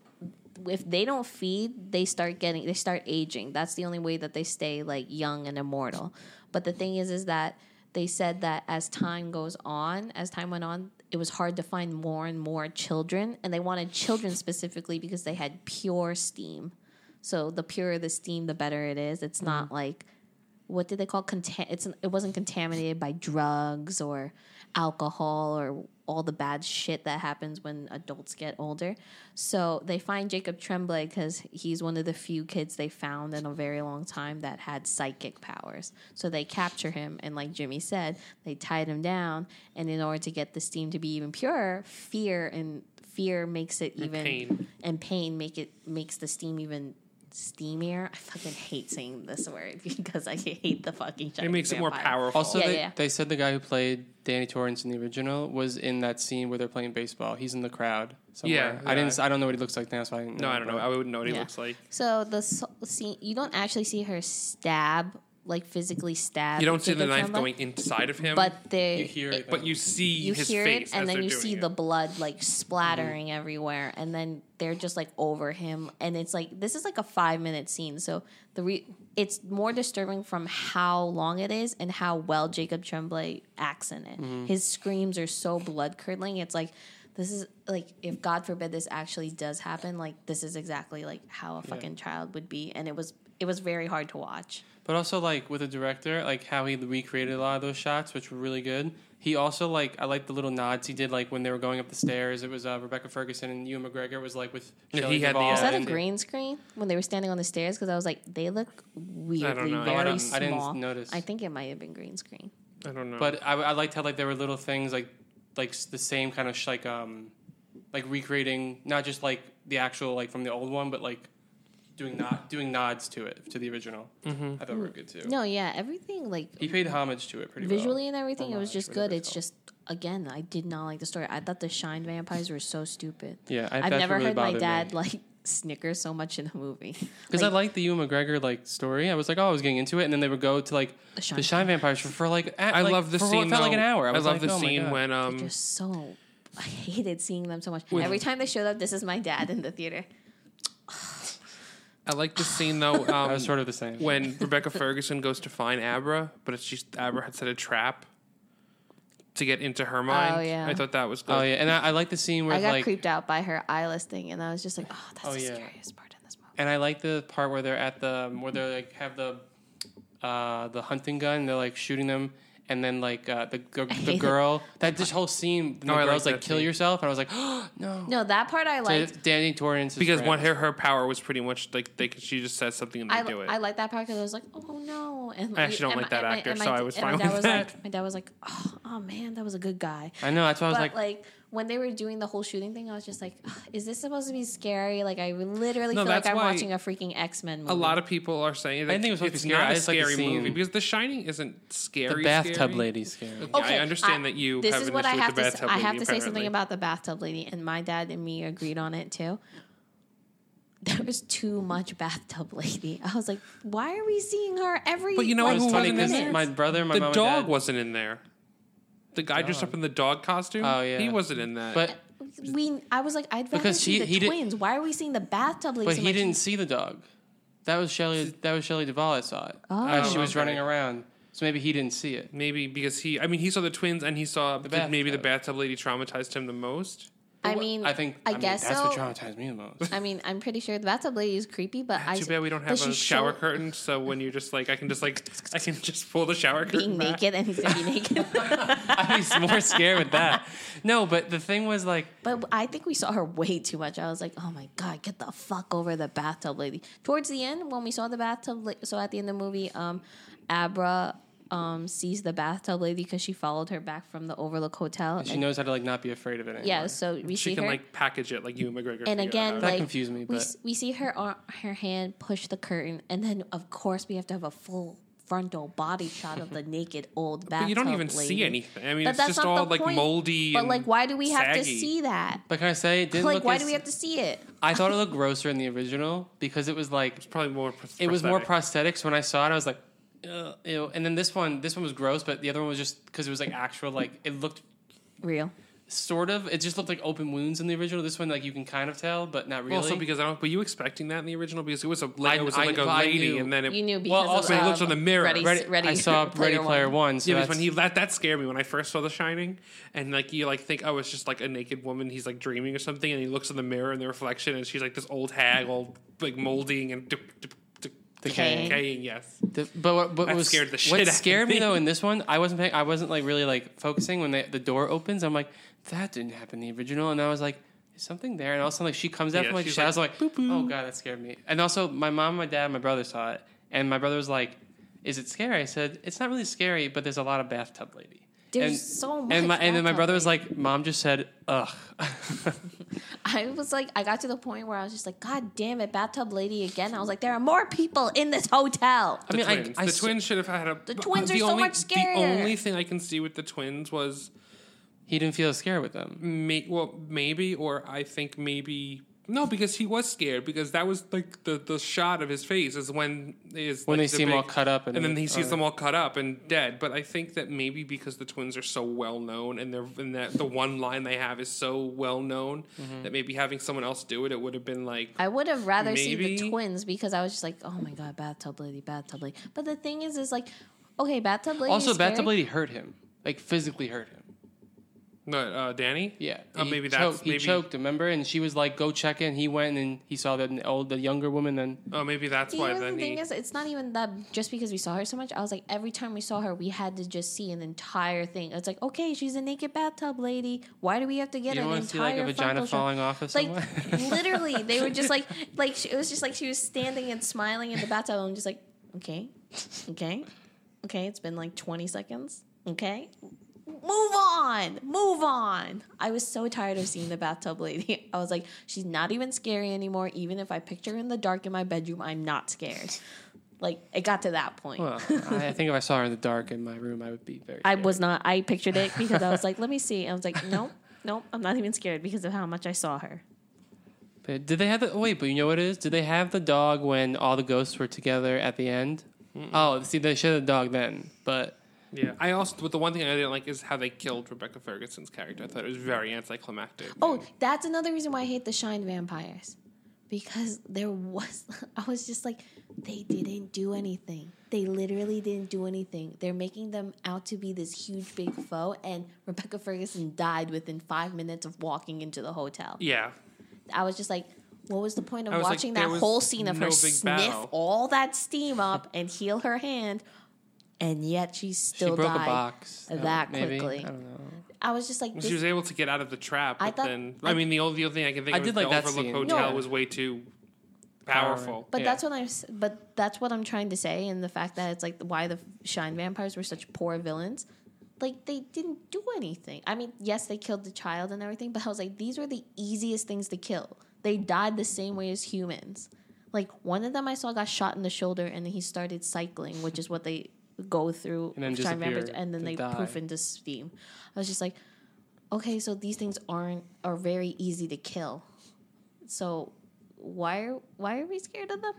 [SPEAKER 4] If they don't feed, they start getting they start aging. That's the only way that they stay like young and immortal. But the thing is, is that they said that as time goes on, as time went on, it was hard to find more and more children, and they wanted children specifically because they had pure steam. So the purer the steam, the better it is. It's not like what did they call contam- it's an, it wasn't contaminated by drugs or alcohol or all the bad shit that happens when adults get older. So they find Jacob Tremblay cuz he's one of the few kids they found in a very long time that had psychic powers. So they capture him and like Jimmy said, they tied him down and in order to get the steam to be even purer, fear and fear makes it even
[SPEAKER 3] pain.
[SPEAKER 4] and pain make it makes the steam even steamier. I fucking hate saying this word because I hate the fucking.
[SPEAKER 3] It makes it more powerful.
[SPEAKER 1] Also,
[SPEAKER 4] Yeah,
[SPEAKER 1] they,
[SPEAKER 4] yeah.
[SPEAKER 1] they said the guy who played Danny Torrance in the original was in that scene where they're playing baseball. He's in the crowd somewhere.
[SPEAKER 3] Yeah,
[SPEAKER 1] I didn't.
[SPEAKER 3] yeah.
[SPEAKER 1] I don't know what he looks like now, so I didn't
[SPEAKER 3] no, I don't know. I wouldn't know what he
[SPEAKER 4] Yeah.
[SPEAKER 3] looks like.
[SPEAKER 4] So the so- scene you don't actually see her stab like physically stab.
[SPEAKER 3] You don't see the
[SPEAKER 4] Jacob
[SPEAKER 3] knife
[SPEAKER 4] Tremblay,
[SPEAKER 3] going inside of him,
[SPEAKER 4] but they
[SPEAKER 1] You hear it.
[SPEAKER 3] but you see
[SPEAKER 4] you
[SPEAKER 3] his
[SPEAKER 4] hear
[SPEAKER 3] face
[SPEAKER 4] it and
[SPEAKER 3] as
[SPEAKER 4] then
[SPEAKER 3] they're
[SPEAKER 4] you
[SPEAKER 3] doing
[SPEAKER 4] see
[SPEAKER 3] it. Mm-hmm.
[SPEAKER 4] the blood like splattering everywhere and then they're just like over him and it's like this is like a five minute scene so the re- it's more disturbing from how long it is and how well jacob tremblay acts in it
[SPEAKER 3] Mm-hmm.
[SPEAKER 4] his screams are so blood curdling it's like this is like if god forbid this actually does happen like this is exactly like how a fucking child would be and it was it was very hard to watch
[SPEAKER 1] But also like with the director, like how he recreated a lot of those shots, which were really good. He also like I like the little nods he did like when they were going up the stairs. It was uh, Rebecca Ferguson and Ewan McGregor was like with
[SPEAKER 3] Yeah,
[SPEAKER 1] Shelley
[SPEAKER 3] he had the,
[SPEAKER 1] Duvall
[SPEAKER 3] uh,
[SPEAKER 4] was that a
[SPEAKER 1] and-
[SPEAKER 4] green screen when they were standing on the stairs? Because I was like, they look weirdly
[SPEAKER 3] know.
[SPEAKER 4] very
[SPEAKER 3] Oh, I
[SPEAKER 1] don't-
[SPEAKER 4] small.
[SPEAKER 1] I didn't notice.
[SPEAKER 4] I think it might have been green screen.
[SPEAKER 3] I don't know.
[SPEAKER 1] But I, I liked how like there were little things like like s- the same kind of sh- like um like recreating not just like the actual like from the old one, but like doing not doing nods to it to the original. I thought were good too.
[SPEAKER 4] No, yeah, everything like
[SPEAKER 1] He paid homage to it pretty
[SPEAKER 4] visually
[SPEAKER 1] well.
[SPEAKER 4] and everything, it was
[SPEAKER 1] Homage,
[SPEAKER 4] just
[SPEAKER 1] whatever
[SPEAKER 4] good.
[SPEAKER 1] it's
[SPEAKER 4] It's just again, I did not like the story. I thought the Shine vampires were so stupid.
[SPEAKER 1] Yeah, I-
[SPEAKER 4] I've
[SPEAKER 1] that's what
[SPEAKER 4] never
[SPEAKER 1] really
[SPEAKER 4] heard my
[SPEAKER 1] bothered me.
[SPEAKER 4] dad like snicker so much in a movie.
[SPEAKER 1] Because I liked the Ewan McGregor like story. I was like, oh, I was getting into it, and then they would go to like the
[SPEAKER 4] Shine
[SPEAKER 1] Shine, Vampires for, for like at,
[SPEAKER 3] I
[SPEAKER 1] like,
[SPEAKER 3] love the
[SPEAKER 1] for what
[SPEAKER 3] scene.
[SPEAKER 1] felt like an
[SPEAKER 3] though.
[SPEAKER 1] hour. I, was
[SPEAKER 3] love
[SPEAKER 1] like,
[SPEAKER 3] the
[SPEAKER 1] oh my
[SPEAKER 3] scene
[SPEAKER 1] God.
[SPEAKER 3] when um
[SPEAKER 4] just so I hated seeing them so much. Every time they showed up, this is my dad in the theater.
[SPEAKER 3] I like the scene though. Um,
[SPEAKER 1] I was sort of the same.
[SPEAKER 3] when Rebecca Ferguson goes to find Abra, but it's just Abra had set a trap to get into her mind.
[SPEAKER 4] yeah.
[SPEAKER 3] I thought that was good.
[SPEAKER 1] oh yeah, and I, I like the scene where
[SPEAKER 4] I got
[SPEAKER 1] like
[SPEAKER 4] creeped out by her eyeless thing, and I was just like, oh, that's
[SPEAKER 1] Oh,
[SPEAKER 4] the
[SPEAKER 1] yeah.
[SPEAKER 4] scariest part in this movie.
[SPEAKER 1] And I like the part where they're at the where they like have the uh, the hunting gun. They're like shooting them, and then like uh, the gir- the
[SPEAKER 4] hate
[SPEAKER 1] girl that this whole scene. And
[SPEAKER 3] Oh, I
[SPEAKER 1] the
[SPEAKER 3] like
[SPEAKER 1] girl's like,
[SPEAKER 3] that
[SPEAKER 1] "Kill
[SPEAKER 3] scene.
[SPEAKER 1] yourself," and I was like, "Oh, "No."
[SPEAKER 4] No, that part I
[SPEAKER 1] So
[SPEAKER 4] liked.
[SPEAKER 1] Danny Torrance is
[SPEAKER 3] Because
[SPEAKER 1] friend.
[SPEAKER 3] one her her power was pretty much like they could, she just says something and they
[SPEAKER 4] I,
[SPEAKER 3] do it.
[SPEAKER 4] I like that part because I was like, oh no. And
[SPEAKER 3] I actually don't
[SPEAKER 4] and
[SPEAKER 3] like
[SPEAKER 4] my-
[SPEAKER 3] that
[SPEAKER 4] and my-
[SPEAKER 3] actor,
[SPEAKER 4] and my
[SPEAKER 3] so I
[SPEAKER 4] d-
[SPEAKER 3] was
[SPEAKER 4] and my
[SPEAKER 3] fine
[SPEAKER 4] dad
[SPEAKER 3] with
[SPEAKER 4] was
[SPEAKER 3] that.
[SPEAKER 4] Like, my dad was like, oh, oh, man, that was a good guy.
[SPEAKER 1] I know that's why I was
[SPEAKER 4] but
[SPEAKER 1] like,
[SPEAKER 4] like, when they were doing the whole shooting thing, I was just like, "Ugh, is this supposed to be scary? Like I literally
[SPEAKER 3] No,
[SPEAKER 4] feel like
[SPEAKER 3] that's
[SPEAKER 4] I'm
[SPEAKER 3] why
[SPEAKER 4] watching a freaking X Men movie.
[SPEAKER 3] a lot of people are saying that
[SPEAKER 1] didn't think it was supposed to
[SPEAKER 3] it's
[SPEAKER 1] be scary. Mm-hmm.
[SPEAKER 3] not
[SPEAKER 1] I
[SPEAKER 3] a
[SPEAKER 1] just like the
[SPEAKER 3] scary movie
[SPEAKER 1] scene.
[SPEAKER 3] because The Shining isn't scary.
[SPEAKER 1] the bathtub
[SPEAKER 3] scary.
[SPEAKER 1] lady's scary.
[SPEAKER 4] Oh,
[SPEAKER 3] Yeah, I understand that you
[SPEAKER 4] This
[SPEAKER 3] have
[SPEAKER 4] is
[SPEAKER 3] an
[SPEAKER 4] what I
[SPEAKER 3] issue with
[SPEAKER 4] have
[SPEAKER 3] the
[SPEAKER 4] to. s-
[SPEAKER 3] bathtub
[SPEAKER 4] I have
[SPEAKER 3] lady,
[SPEAKER 4] to say something
[SPEAKER 3] apparently.
[SPEAKER 4] about the bathtub lady, and my dad and me agreed on it too. There was too much bathtub lady. I was like, why are we seeing her every?
[SPEAKER 3] But you know
[SPEAKER 4] like,
[SPEAKER 1] It
[SPEAKER 3] who
[SPEAKER 1] was funny
[SPEAKER 3] wasn't in
[SPEAKER 1] because
[SPEAKER 3] it?
[SPEAKER 1] my brother, my
[SPEAKER 3] the
[SPEAKER 1] mom, and
[SPEAKER 3] dog
[SPEAKER 1] dad-
[SPEAKER 3] wasn't in there. The guy dressed up in the dog costume.
[SPEAKER 1] Oh, yeah.
[SPEAKER 3] he wasn't in that.
[SPEAKER 1] but
[SPEAKER 4] we I was like, I'd rather
[SPEAKER 1] Because
[SPEAKER 4] see
[SPEAKER 1] he-
[SPEAKER 4] the
[SPEAKER 1] he did-
[SPEAKER 4] twins. Why are we seeing the bathtub lady?
[SPEAKER 1] but
[SPEAKER 4] so
[SPEAKER 1] he
[SPEAKER 4] much?
[SPEAKER 1] didn't see the dog. That was Shelley. That was Shelley Duvall. I saw it. Oh, she was
[SPEAKER 3] okay.
[SPEAKER 1] running around, so maybe he didn't see it.
[SPEAKER 3] maybe because he, I mean, he saw the twins and he saw
[SPEAKER 1] bathtub.
[SPEAKER 3] maybe the bathtub lady traumatized him the most.
[SPEAKER 4] I mean,
[SPEAKER 1] I think. I,
[SPEAKER 4] I,
[SPEAKER 1] mean,
[SPEAKER 4] guess
[SPEAKER 1] that's
[SPEAKER 4] so.
[SPEAKER 1] what traumatized me the most.
[SPEAKER 4] I mean, I'm pretty sure the bathtub lady is creepy, but I
[SPEAKER 3] Too bad we don't
[SPEAKER 4] but
[SPEAKER 3] have
[SPEAKER 4] she
[SPEAKER 3] a shower
[SPEAKER 4] showed
[SPEAKER 3] curtain, so when you're just like, I can just like, I can just pull the shower
[SPEAKER 4] Being
[SPEAKER 3] curtain. back.
[SPEAKER 4] naked and he's gonna be naked.
[SPEAKER 1] I'd be more scared with that. No, but the thing was like
[SPEAKER 4] But I think we saw her way too much. I was like, oh my god, get the fuck over the bathtub lady. Towards the end, when we saw the bathtub, la- so at the end of the movie, um, Abra um, sees the bathtub lady because she followed her back from the Overlook Hotel.
[SPEAKER 1] She
[SPEAKER 4] and-
[SPEAKER 1] knows how to like not be afraid of it. Anymore.
[SPEAKER 4] yeah, so we
[SPEAKER 3] She
[SPEAKER 4] see
[SPEAKER 3] can
[SPEAKER 4] her.
[SPEAKER 3] like package it like you and McGregor.
[SPEAKER 4] and
[SPEAKER 3] figured
[SPEAKER 4] again,
[SPEAKER 3] out.
[SPEAKER 4] like
[SPEAKER 1] confused me, but-
[SPEAKER 4] we s- we see her ar- her hand push the curtain, and then of course we have to have a full frontal body shot of the naked old bathtub.
[SPEAKER 3] but you don't even
[SPEAKER 4] lady.
[SPEAKER 3] see anything. I mean,
[SPEAKER 4] But
[SPEAKER 3] it's
[SPEAKER 4] that's
[SPEAKER 3] just
[SPEAKER 4] not
[SPEAKER 3] all
[SPEAKER 4] the
[SPEAKER 3] like
[SPEAKER 4] point.
[SPEAKER 3] moldy.
[SPEAKER 4] But
[SPEAKER 3] and
[SPEAKER 4] like, why do we have to
[SPEAKER 3] saggy.
[SPEAKER 4] see that?
[SPEAKER 1] But can I say it didn't
[SPEAKER 4] Like,
[SPEAKER 1] look
[SPEAKER 4] why
[SPEAKER 1] as-
[SPEAKER 4] do we have to see it?
[SPEAKER 1] I thought it looked grosser in the original because it was like
[SPEAKER 3] Probably more.
[SPEAKER 1] it was more prosthetics. When I saw it, I was like, Ugh, ew. And then this one, this one was gross, but the other one was just because it was like actual, like it looked
[SPEAKER 4] Real.
[SPEAKER 1] sort of. It just looked like open wounds in the original. This one, like you can kind of tell, but not really.
[SPEAKER 3] Also, because I don't. Were you expecting that in the original? Because it was a like,
[SPEAKER 1] I-
[SPEAKER 3] it was
[SPEAKER 1] I-
[SPEAKER 3] like a
[SPEAKER 1] but I
[SPEAKER 3] lady,
[SPEAKER 1] knew.
[SPEAKER 3] and then it.
[SPEAKER 4] You knew because
[SPEAKER 1] Well,
[SPEAKER 4] of,
[SPEAKER 1] also-
[SPEAKER 3] When he
[SPEAKER 4] um,
[SPEAKER 3] looks on the mirror,
[SPEAKER 4] Ready,
[SPEAKER 1] Ready-
[SPEAKER 4] ready
[SPEAKER 1] I saw Ready Player One. so
[SPEAKER 3] Yeah,
[SPEAKER 1] that's-
[SPEAKER 3] because when he that that scared me when I first saw The Shining, and like you like think oh it's just like a naked woman he's like dreaming or something, and he looks in the mirror in the reflection, and she's like this old hag, all like molding and dip, dip, dip,
[SPEAKER 4] Decaying.
[SPEAKER 3] decaying. Yes,
[SPEAKER 1] The- but what, what
[SPEAKER 3] That
[SPEAKER 1] was
[SPEAKER 3] scared the shit
[SPEAKER 1] what
[SPEAKER 3] out of
[SPEAKER 1] scared me
[SPEAKER 3] me.
[SPEAKER 1] though in this one, I wasn't paying, I wasn't like really like focusing when the, the door opens. I'm like, that didn't happen in the original, and I was like, is something there? And all of a sudden, like she comes out
[SPEAKER 3] Yeah,
[SPEAKER 1] from like
[SPEAKER 3] she's
[SPEAKER 1] shadows. Like, like oh god, that scared me. And also, my mom, my dad, and my brother saw it, and my brother was like, is it scary? I said, it's not really scary, but there's a lot of bathtub lady.
[SPEAKER 4] There's
[SPEAKER 1] and,
[SPEAKER 4] so
[SPEAKER 1] And, my,
[SPEAKER 4] much
[SPEAKER 1] and then my
[SPEAKER 4] bathtub
[SPEAKER 1] brother was like, mom just said, ugh.
[SPEAKER 4] I was like, I got to the point where I was just like, God damn it, bathtub lady again. I was like, there are more people in this hotel.
[SPEAKER 1] I mean,
[SPEAKER 3] the twins.
[SPEAKER 1] I, I
[SPEAKER 3] the
[SPEAKER 1] s-
[SPEAKER 3] twins should have had a.
[SPEAKER 4] The twins are so
[SPEAKER 3] only,
[SPEAKER 4] much scarier.
[SPEAKER 3] The only thing I can see with the twins was
[SPEAKER 1] He didn't feel scared with them.
[SPEAKER 3] may, well maybe, or I think maybe no, because he was scared because that was like the the shot of his face is when is
[SPEAKER 1] When
[SPEAKER 3] like,
[SPEAKER 1] they
[SPEAKER 3] the
[SPEAKER 1] see him all
[SPEAKER 3] big-
[SPEAKER 1] cut up and
[SPEAKER 3] and then
[SPEAKER 1] then-
[SPEAKER 3] he sees
[SPEAKER 1] oh.
[SPEAKER 3] them all cut up and dead. But I think that maybe because the twins are so well known and they're and that the one line they have is so well known
[SPEAKER 1] Mm-hmm.
[SPEAKER 3] that maybe having someone else do it, it would have been like
[SPEAKER 4] I would have rather seen the
[SPEAKER 3] Maybe.
[SPEAKER 4] twins because I was just like, oh my God, bathtub lady, bathtub lady. But the thing is, is like, okay, bathtub lady.
[SPEAKER 1] Also,
[SPEAKER 4] is scary.
[SPEAKER 1] bathtub lady hurt him, like physically hurt him.
[SPEAKER 3] no, uh, Danny.
[SPEAKER 1] Yeah,
[SPEAKER 3] Uh,
[SPEAKER 1] he
[SPEAKER 3] maybe
[SPEAKER 1] choked,
[SPEAKER 3] that's
[SPEAKER 1] he
[SPEAKER 3] maybe
[SPEAKER 1] choked. Remember, and she was like, "Go check in." He went and he saw the old, the younger woman. Then
[SPEAKER 3] oh maybe that's why
[SPEAKER 4] Even
[SPEAKER 3] then
[SPEAKER 4] the
[SPEAKER 3] he.
[SPEAKER 4] thing is, it's not even that just because we saw her so much. I was like, every time we saw her, we had to just see an entire thing. It's like, okay, she's a naked bathtub lady. Why do we have to get
[SPEAKER 1] you don't
[SPEAKER 4] an
[SPEAKER 1] want
[SPEAKER 4] entire
[SPEAKER 1] to see like a vagina
[SPEAKER 4] frontal shot?
[SPEAKER 1] falling off of
[SPEAKER 4] Like
[SPEAKER 1] someone.
[SPEAKER 4] literally, they were just like, like she, it was just like she was standing and smiling in the bathtub, and I'm just like, okay, okay, okay. It's been like 20 seconds. Okay, move on, move on. I was so tired of seeing the bathtub lady. I was like, she's not even scary anymore. Even if I picture her in the dark in my bedroom, I'm not scared. Like it got to that point.
[SPEAKER 1] well, I, I think if I saw her in the dark in my room, I would be very.
[SPEAKER 4] I
[SPEAKER 1] scared.
[SPEAKER 4] was not. I pictured it because I was like, let me see. I was like, nope, nope. I'm not even scared because of how much I saw her.
[SPEAKER 1] But Did they have the? oh, Wait, but you know what it is? Did they have the dog when all the ghosts were together at the end? Oh, see, they should have the dog then, but.
[SPEAKER 3] Yeah, I also. But the one thing I didn't like is how they killed Rebecca Ferguson's character. I thought it was very anticlimactic.
[SPEAKER 4] Oh, that's another reason why I hate the Shine vampires. Because there was, I was just like, they didn't do anything. They literally didn't do anything. They're making them out to be this huge big foe, and Rebecca Ferguson died within five minutes of walking into the hotel.
[SPEAKER 3] yeah,
[SPEAKER 4] I was just like, what was the point of
[SPEAKER 3] I was like,
[SPEAKER 4] watching
[SPEAKER 3] there
[SPEAKER 4] that
[SPEAKER 3] was
[SPEAKER 4] whole scene of
[SPEAKER 3] no
[SPEAKER 4] her
[SPEAKER 3] big
[SPEAKER 4] sniff
[SPEAKER 3] battle.
[SPEAKER 4] all that steam up and heal her hand, and yet she still
[SPEAKER 1] She broke
[SPEAKER 4] died
[SPEAKER 1] a box uh,
[SPEAKER 4] that
[SPEAKER 1] maybe.
[SPEAKER 4] quickly?
[SPEAKER 1] I don't know.
[SPEAKER 4] I was just like,
[SPEAKER 3] she
[SPEAKER 4] this
[SPEAKER 3] was able to get out of the trap.
[SPEAKER 4] I
[SPEAKER 3] But
[SPEAKER 4] thought-
[SPEAKER 3] then, I, mean, the only, the only thing I can think
[SPEAKER 1] I
[SPEAKER 3] of
[SPEAKER 1] did
[SPEAKER 3] is
[SPEAKER 1] like
[SPEAKER 3] the
[SPEAKER 1] that
[SPEAKER 3] Overlook
[SPEAKER 1] scene.
[SPEAKER 3] Hotel
[SPEAKER 4] No.
[SPEAKER 3] was way too powerful.
[SPEAKER 4] But
[SPEAKER 1] Yeah.
[SPEAKER 4] that's what I'm. s- But that's what I'm trying to say, and the fact that it's like why the Shine vampires were such poor villains. Like they didn't do anything. I mean, yes, they killed the child and everything, but I was like, these were the easiest things to kill. They died the same way as humans. Like one of them I saw got shot in the shoulder, and then he started cycling, which is what they go through.
[SPEAKER 1] And then
[SPEAKER 4] with Shine vampires,
[SPEAKER 1] disappear
[SPEAKER 4] and then
[SPEAKER 1] to
[SPEAKER 4] they
[SPEAKER 1] die.
[SPEAKER 4] poof into steam. I was just like, okay, so these things aren't are very easy to kill. So why are why are we scared of them?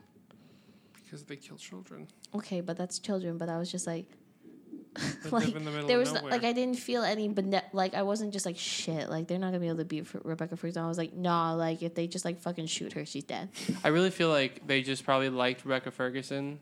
[SPEAKER 3] Because they kill children.
[SPEAKER 4] Okay, but that's children. But I was just like,
[SPEAKER 3] They
[SPEAKER 4] like
[SPEAKER 3] live in the middle
[SPEAKER 4] there
[SPEAKER 3] of
[SPEAKER 4] was no-
[SPEAKER 3] nowhere.
[SPEAKER 4] like I didn't feel any, but like I wasn't just like shit. Like they're not gonna be able to beat Fr- Rebecca Ferguson. I was like, nah. Like if they just like fucking shoot her, she's dead.
[SPEAKER 1] I really feel like they just probably liked Rebecca Ferguson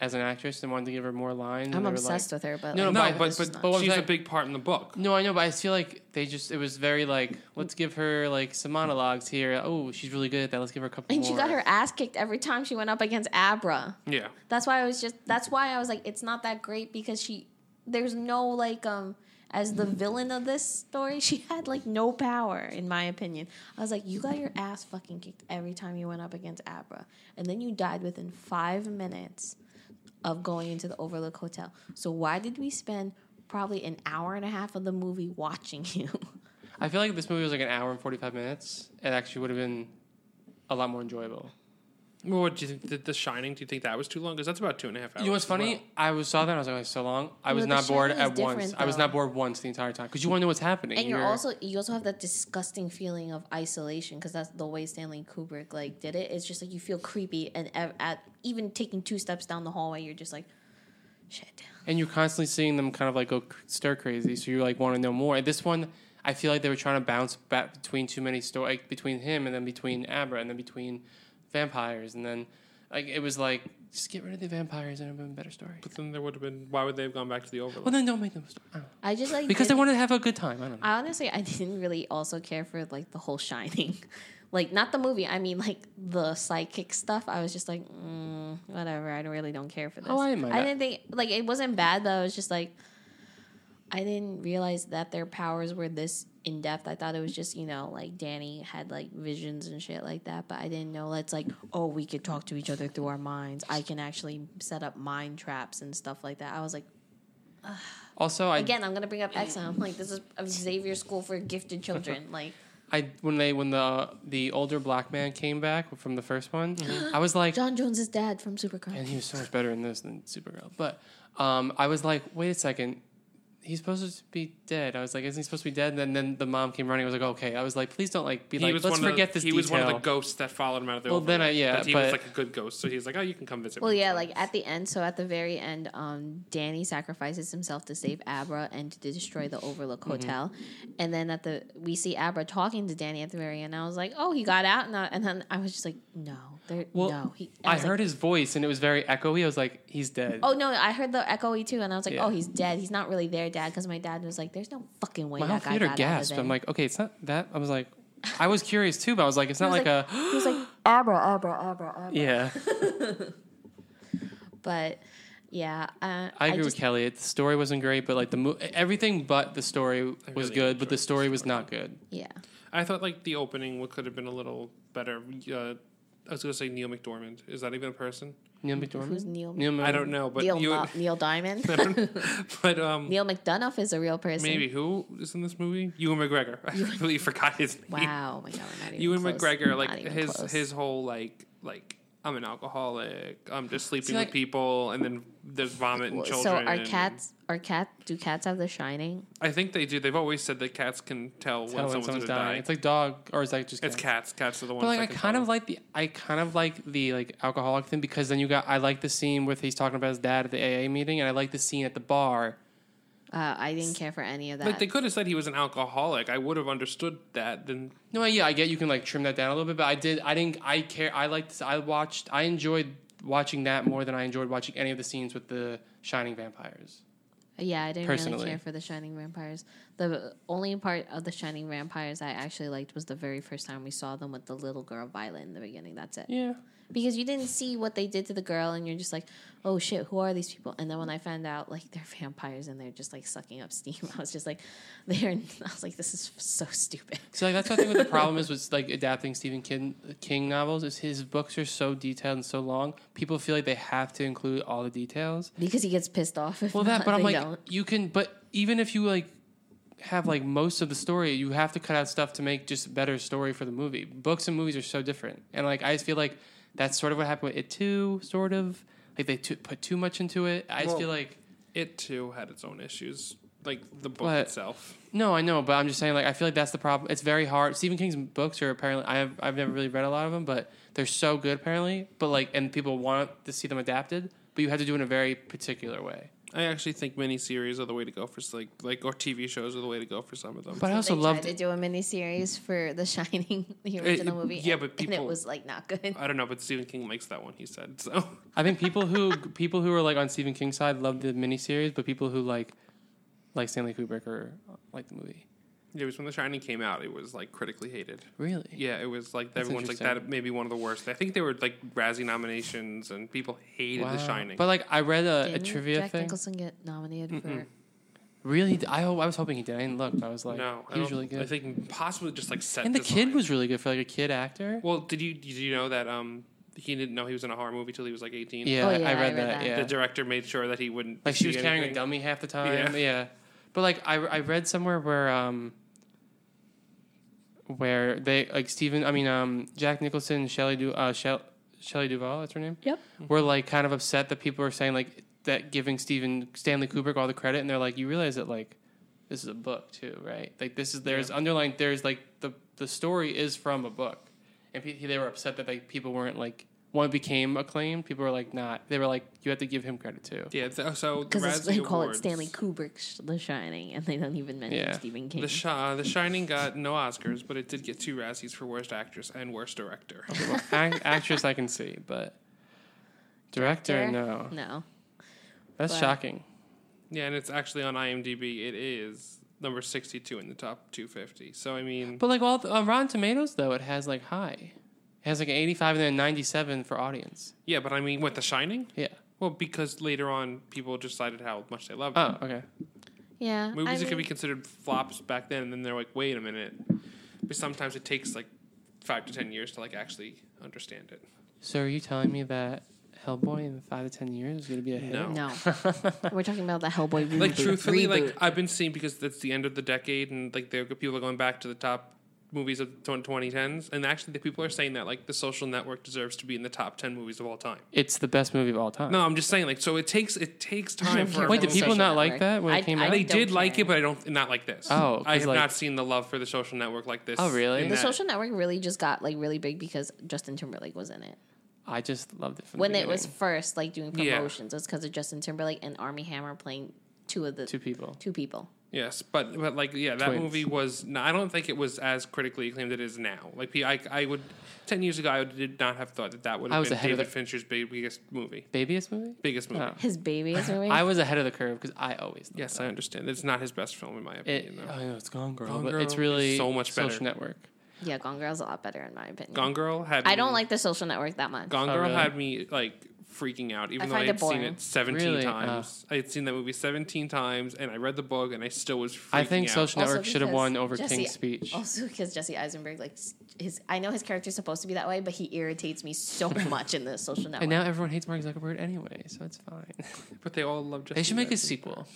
[SPEAKER 1] as an actress and wanted to give her more lines. and
[SPEAKER 4] I'm
[SPEAKER 1] they were
[SPEAKER 4] obsessed
[SPEAKER 1] like,
[SPEAKER 4] with her, but
[SPEAKER 1] No,
[SPEAKER 4] like,
[SPEAKER 1] no,
[SPEAKER 3] no,
[SPEAKER 1] but
[SPEAKER 3] but
[SPEAKER 4] this is
[SPEAKER 3] but,
[SPEAKER 4] not-
[SPEAKER 1] but what I'm
[SPEAKER 3] she's a
[SPEAKER 1] saying-
[SPEAKER 3] big part in the book.
[SPEAKER 1] No, I know, but I feel like they just it was very like let's give her like some monologues here. Oh, she's really good at that. Let's give her a couple.
[SPEAKER 4] and she
[SPEAKER 1] more.
[SPEAKER 4] got her ass kicked every time she went up against Abra.
[SPEAKER 3] Yeah,
[SPEAKER 4] That's why I was just. That's why I was like, it's not that great because she. There's no like um. As the villain of this story, she had like no power, in my opinion. I was like, you got your ass fucking kicked every time you went up against Abra, and then you died within five minutes. of going into the Overlook Hotel. So why did we spend probably an hour and a half of the movie watching you?
[SPEAKER 1] I feel like this movie was like an hour and 45 minutes. It actually would have been a lot more enjoyable.
[SPEAKER 3] Well, what do you think? The, the Shining? Do you think that was too long? Because that's about two and a half hours.
[SPEAKER 1] You know what's
[SPEAKER 3] as
[SPEAKER 1] funny?
[SPEAKER 3] well.
[SPEAKER 1] I was saw that and I was like, "Oh, it's so long. I was
[SPEAKER 4] the
[SPEAKER 1] not bored
[SPEAKER 4] Shining is
[SPEAKER 1] at once.
[SPEAKER 4] different,
[SPEAKER 1] I was not
[SPEAKER 4] though.
[SPEAKER 1] bored once the entire time because you want to know what's happening.
[SPEAKER 4] and you're also you also have that disgusting feeling of isolation because that's the way Stanley Kubrick like did it. It's just like you feel creepy, and ev- at even taking two steps down the hallway, you're just like, shit.
[SPEAKER 1] and you're constantly seeing them kind of like go cr- stir crazy. So you like want to know more. And this one, I feel like they were trying to bounce back between too many stories, like between him and then between Abra and then between vampires and then like it was like just get rid of the vampires and it would have been a better story.
[SPEAKER 3] But then there would have been. Why would they have gone back to the Overlook?
[SPEAKER 1] Well, then don't make them a story. I don't know.
[SPEAKER 4] I just like
[SPEAKER 1] Because
[SPEAKER 4] did-
[SPEAKER 1] they wanted to have a good time. I don't know.
[SPEAKER 4] I honestly I didn't really also care for like the whole Shining, like not the movie. I mean like the psychic stuff. I was just like mm, whatever. I really don't care for this.
[SPEAKER 1] Oh, I might not.
[SPEAKER 4] didn't think like it wasn't bad, but I was just like I didn't realize that their powers were this in depth. I thought it was just you know like Danny had like visions and shit like that, but I didn't know that's like oh we could talk to each other through our minds. I can actually set up mind traps and stuff like that. I was like
[SPEAKER 1] Also, I
[SPEAKER 4] again, I'm gonna bring up Exxon. I'm like, this is a Xavier School for gifted children. Like,
[SPEAKER 1] I when they when the the older black man came back from the first one, I was like,
[SPEAKER 4] John Jones's dad from Supercross.
[SPEAKER 1] and he was so much better in this than Supergirl. But um, I was like, wait a second, he's supposed to be dead. I was like, isn't he supposed to be dead? And then, then the mom came running. I was like, okay. I was like, please don't like be like, let's
[SPEAKER 3] one of the-
[SPEAKER 1] forget this
[SPEAKER 3] He
[SPEAKER 1] detail.
[SPEAKER 3] was one of the ghosts that followed him out of the.
[SPEAKER 1] Well, then I-
[SPEAKER 3] Overlook,
[SPEAKER 1] yeah,
[SPEAKER 3] that he
[SPEAKER 1] but-
[SPEAKER 3] was like a good ghost, so he's like, oh, you can come visit.
[SPEAKER 4] Well,
[SPEAKER 3] me.
[SPEAKER 4] yeah, like at the end. So at the very end, um, Danny sacrifices himself to save Abra and to destroy the
[SPEAKER 1] Mm-hmm.
[SPEAKER 4] Overlook Hotel. And then at the we see Abra talking to Danny at the very end. I was like, oh, he got out, and, I, and then I was just like, no, there,
[SPEAKER 1] well,
[SPEAKER 4] no. He,
[SPEAKER 1] I,
[SPEAKER 4] was like,
[SPEAKER 1] heard his voice and it was very echoey. I was like, he's dead.
[SPEAKER 4] Oh no! I heard the echoey too, and I was like,
[SPEAKER 1] Yeah.
[SPEAKER 4] "Oh, he's dead. He's not really there, Dad." Because my dad was like, "There's no fucking way
[SPEAKER 1] My whole
[SPEAKER 4] that guy got
[SPEAKER 1] theater
[SPEAKER 4] out of
[SPEAKER 1] gasped.
[SPEAKER 4] there."
[SPEAKER 1] I'm like, okay, it's not that. I was like, I was curious too, but I was like, it's not like, a
[SPEAKER 4] he was like, "Abra, Abra, Abra, Abra."
[SPEAKER 1] yeah.
[SPEAKER 4] But yeah, uh,
[SPEAKER 1] I agree
[SPEAKER 4] just-
[SPEAKER 1] with Kelly. It, the story wasn't great, but like the mo- everything but the story was good, but the story was not good.
[SPEAKER 4] Yeah.
[SPEAKER 3] I thought like the opening would could have been a little better. Uh, I was gonna say Neil McDormand. Is that even a person?
[SPEAKER 1] Neil McDormand.
[SPEAKER 4] Who's Neil?
[SPEAKER 3] I don't know, but
[SPEAKER 4] Neil,
[SPEAKER 3] you.
[SPEAKER 4] Ma- Neil Diamond.
[SPEAKER 3] but um,
[SPEAKER 4] Neil McDonough is a real person.
[SPEAKER 3] maybe who is in this movie? Ewan McGregor. I completely forgot his name.
[SPEAKER 4] Wow, my God, we're not even
[SPEAKER 3] Ewan
[SPEAKER 4] close.
[SPEAKER 3] McGregor,
[SPEAKER 4] Not
[SPEAKER 3] like
[SPEAKER 4] even
[SPEAKER 3] his
[SPEAKER 4] close.
[SPEAKER 3] his whole like like I'm an alcoholic. I'm just sleeping
[SPEAKER 1] like-
[SPEAKER 3] with people, and then there's vomit and
[SPEAKER 4] Well,
[SPEAKER 3] children.
[SPEAKER 4] So are
[SPEAKER 3] and-
[SPEAKER 4] cats? Are cat? Do cats have The Shining?
[SPEAKER 3] I think they do. They've always said that cats can tell,
[SPEAKER 1] Tell
[SPEAKER 3] when someone's, gonna die.
[SPEAKER 1] It's like dog, or is that just
[SPEAKER 3] It's
[SPEAKER 1] cat?
[SPEAKER 3] cats. Cats are the ones.
[SPEAKER 1] But like, I
[SPEAKER 3] that can
[SPEAKER 1] kind
[SPEAKER 3] tell.
[SPEAKER 1] of like the I kind of like the like alcoholic thing because then you got I like the scene with he's talking about his dad at the AA meeting, and I like the scene at the bar.
[SPEAKER 4] Uh, I didn't care for any of that.
[SPEAKER 3] Like they could have said he was an alcoholic. I would have understood that. Then
[SPEAKER 1] No, yeah, I get you can like trim that down a little bit, but I did I didn't I care I liked I watched I enjoyed watching that more than I enjoyed watching any of the scenes with the shining vampires.
[SPEAKER 4] yeah, I didn't
[SPEAKER 1] Personally.
[SPEAKER 4] really care for The Shining vampires. The only part of The Shining vampires I actually liked was the very first time we saw them with the little girl Violet in the beginning. That's it.
[SPEAKER 1] Yeah.
[SPEAKER 4] because you didn't see what they did to the girl and you're just like oh shit who are these people and then when i found out like they're vampires and they're just like sucking up steam i was just like they're i was like this is so stupid
[SPEAKER 1] So like that's what I think what the problem is with like adapting Stephen King, King novels is his books are so detailed and so long. People feel like they have to include all the details.
[SPEAKER 4] because he gets pissed off if
[SPEAKER 1] Well, that,
[SPEAKER 4] not,
[SPEAKER 1] but I'm
[SPEAKER 4] they
[SPEAKER 1] like,
[SPEAKER 4] don't.
[SPEAKER 1] you can, but even if you like have like most of the story, you have to cut out stuff to make just better story for the movie. Books and movies are so different, and like I just feel like that's sort of what happened with it too. Sort of like they too put too much into it. I just
[SPEAKER 3] Well-
[SPEAKER 1] feel like
[SPEAKER 3] it too had its own issues, like the book
[SPEAKER 1] But-
[SPEAKER 3] itself.
[SPEAKER 1] no, I know, but I'm just saying like I feel like that's the problem. It's very hard. Stephen King's books are apparently I have I've never really read a lot of them, but they're so good apparently. But like and people want to see them adapted, but you have to do it in a very particular way.
[SPEAKER 3] I actually think miniseries are the way to go for s- like like or TV shows are the way to go for some of them.
[SPEAKER 1] But I also
[SPEAKER 4] they
[SPEAKER 1] loved Uh,
[SPEAKER 4] tried to do a miniseries for The Shining, the original movie.
[SPEAKER 3] yeah,
[SPEAKER 4] and-
[SPEAKER 3] but
[SPEAKER 4] and
[SPEAKER 3] people-
[SPEAKER 4] it was like not good.
[SPEAKER 3] I don't know, but Stephen King likes that one. He said so.
[SPEAKER 1] I think people who people who are like on Stephen King's side love the miniseries, but people who like like Stanley Kubrick or like the movie.
[SPEAKER 3] Yeah, It was when The Shining came out. It was like critically hated.
[SPEAKER 1] Really?
[SPEAKER 3] Yeah, it was like everyone's like
[SPEAKER 1] interesting.
[SPEAKER 3] that. Maybe one of the worst. I think they were like Razzie nominations, and people hated The Shining.
[SPEAKER 1] But like I read a, a
[SPEAKER 4] Didn't
[SPEAKER 1] trivia
[SPEAKER 4] Jack
[SPEAKER 1] thing.
[SPEAKER 4] Nicholson get nominated for
[SPEAKER 1] Really? I hope I was hoping he did. I didn't look. But I was like,
[SPEAKER 3] no, I
[SPEAKER 1] he was
[SPEAKER 3] don't-
[SPEAKER 1] really good.
[SPEAKER 3] I think possibly just like set.
[SPEAKER 1] and the
[SPEAKER 3] design.
[SPEAKER 1] kid was really good for like a kid actor.
[SPEAKER 3] Well, did you did you know that um he didn't know he was in a horror movie till he was like 18.
[SPEAKER 1] Yeah,
[SPEAKER 4] Oh,
[SPEAKER 1] I-
[SPEAKER 4] yeah,
[SPEAKER 1] I read, that. Yeah,
[SPEAKER 3] The director made sure that he wouldn't.
[SPEAKER 1] like she
[SPEAKER 3] see
[SPEAKER 1] was carrying a
[SPEAKER 3] anything.
[SPEAKER 1] dummy half the time.
[SPEAKER 3] Yeah.
[SPEAKER 1] Yeah. But like I I read somewhere where um where they like Steven I mean um Jack Nicholson and Shelley du uh Shell, Shelley Duvall, that's her name?
[SPEAKER 7] Yep.
[SPEAKER 3] Mm-hmm.
[SPEAKER 1] Were like kind of upset that people were saying like that giving Steven Stanley Kubrick all the credit and they're like, You realize that like this is a book too, right? Like this is there's underlying there's like the the story is from a book. And pe- they were upset that like people weren't like one became acclaimed, people were like not. They were like, you have to give him credit too.
[SPEAKER 3] Yeah, th- oh, so the
[SPEAKER 4] Because
[SPEAKER 3] Razzie
[SPEAKER 4] they call it
[SPEAKER 3] Awards-
[SPEAKER 4] Stanley Kubrick's The Shining, and they don't even mention
[SPEAKER 1] Yeah.
[SPEAKER 4] Stephen King.
[SPEAKER 3] The, Shi- uh, the Shining got no Oscars, but it did get two Razzies for Worst Actress and Worst Director.
[SPEAKER 1] Well, ac- actress I can see, but director,
[SPEAKER 4] Director?
[SPEAKER 1] no.
[SPEAKER 4] no,
[SPEAKER 1] That's
[SPEAKER 4] But-
[SPEAKER 1] shocking.
[SPEAKER 3] yeah, and it's actually on IMDb. It is number 62 in the top 250. So, I mean,
[SPEAKER 1] But like all th- on Rotten Tomatoes though, it has like high. It has like an 85 and then 97 for audience.
[SPEAKER 3] yeah, but I mean, what, The Shining?
[SPEAKER 1] Yeah.
[SPEAKER 3] Well, because later on, people decided how much they loved it.
[SPEAKER 1] Oh, okay.
[SPEAKER 4] yeah,
[SPEAKER 3] Movies
[SPEAKER 4] I
[SPEAKER 3] that could be
[SPEAKER 4] mean,
[SPEAKER 3] considered flops back then, and then they're like, wait a minute. But sometimes it takes like five to 10 years to like actually understand it.
[SPEAKER 1] So are you telling me that Hellboy in 5 to 10 years is going to be a hit?
[SPEAKER 3] No.
[SPEAKER 4] no. We're talking about the Hellboy reboot.
[SPEAKER 3] Oh. like truthfully, like
[SPEAKER 4] Reboot.
[SPEAKER 3] I've been seeing because that's the end of the decade, and like there people are going back to the top movies of the 2010s, and actually the people are saying that like The Social Network deserves to be in the top 10 movies of all time.
[SPEAKER 1] It's the best movie of all time.
[SPEAKER 3] No, I'm just saying like so it takes it takes time for
[SPEAKER 1] Wait, did people
[SPEAKER 3] everyone-
[SPEAKER 4] Social
[SPEAKER 1] not like
[SPEAKER 4] Network.
[SPEAKER 1] that when it came out?
[SPEAKER 3] They
[SPEAKER 4] don't
[SPEAKER 3] did like
[SPEAKER 4] care.
[SPEAKER 3] it, but I don't not like this.
[SPEAKER 1] Oh, 'cause,
[SPEAKER 3] I have
[SPEAKER 1] like-
[SPEAKER 3] not seen the love for The Social Network like this.
[SPEAKER 1] Oh, really?
[SPEAKER 3] in
[SPEAKER 4] The
[SPEAKER 3] that-
[SPEAKER 4] Social Network really just got like really big because Justin Timberlake was in it
[SPEAKER 1] I just loved it from
[SPEAKER 4] when
[SPEAKER 1] the
[SPEAKER 4] it was
[SPEAKER 1] beginning.
[SPEAKER 4] first like doing
[SPEAKER 3] Yeah.
[SPEAKER 4] promotions. It's because of Justin Timberlake and Army Hammer playing two of the
[SPEAKER 1] two
[SPEAKER 4] two,
[SPEAKER 1] people.
[SPEAKER 4] people.
[SPEAKER 3] Yes, but but like yeah, that
[SPEAKER 1] Twins.
[SPEAKER 3] movie was. No, I don't think it was as critically acclaimed as it is now. Like pe- I, I would ten years ago, I would- did not have thought that that would
[SPEAKER 1] I
[SPEAKER 3] have
[SPEAKER 1] was
[SPEAKER 3] been
[SPEAKER 1] ahead of
[SPEAKER 3] David
[SPEAKER 1] the-
[SPEAKER 3] Fincher's big- biggest movie,
[SPEAKER 1] Babyest movie?
[SPEAKER 3] biggest movie.
[SPEAKER 1] Oh.
[SPEAKER 4] His baby is movie.
[SPEAKER 1] I was ahead of the curve cuz I always loved
[SPEAKER 3] Yes, I understand. It's not his best film in my
[SPEAKER 1] it.
[SPEAKER 3] opinion.
[SPEAKER 1] It-
[SPEAKER 3] though.
[SPEAKER 1] I know it's Gone Girl,
[SPEAKER 3] Gone
[SPEAKER 1] but
[SPEAKER 3] Girl
[SPEAKER 1] it's
[SPEAKER 3] is
[SPEAKER 1] really
[SPEAKER 3] so much better.
[SPEAKER 1] Social Network.
[SPEAKER 4] yeah, Gone Girl's a lot better in my opinion.
[SPEAKER 3] Gone Girl had.
[SPEAKER 4] I don't
[SPEAKER 3] me-
[SPEAKER 4] like the Social Network that much.
[SPEAKER 3] Gone
[SPEAKER 1] Oh,
[SPEAKER 3] Girl
[SPEAKER 1] really?
[SPEAKER 3] had me like freaking out, even
[SPEAKER 4] I
[SPEAKER 3] though I
[SPEAKER 4] find
[SPEAKER 3] had
[SPEAKER 4] it
[SPEAKER 3] seen
[SPEAKER 4] boring.
[SPEAKER 3] it seventeen
[SPEAKER 1] Really?
[SPEAKER 3] times. I had seen that movie seventeen times, and I read the book, and I still was. freaking
[SPEAKER 1] I think
[SPEAKER 3] out.
[SPEAKER 1] Social
[SPEAKER 4] Also
[SPEAKER 1] Network should have
[SPEAKER 4] because
[SPEAKER 1] won over
[SPEAKER 4] Jesse-
[SPEAKER 1] King's Speech.
[SPEAKER 4] Also, because Jesse Eisenberg, like s- his, I know his character's supposed to be that way, but he irritates me so much in the Social Network.
[SPEAKER 1] And now everyone hates Mark Zuckerberg anyway, so it's fine.
[SPEAKER 3] but they all love.
[SPEAKER 1] they should make a sequel.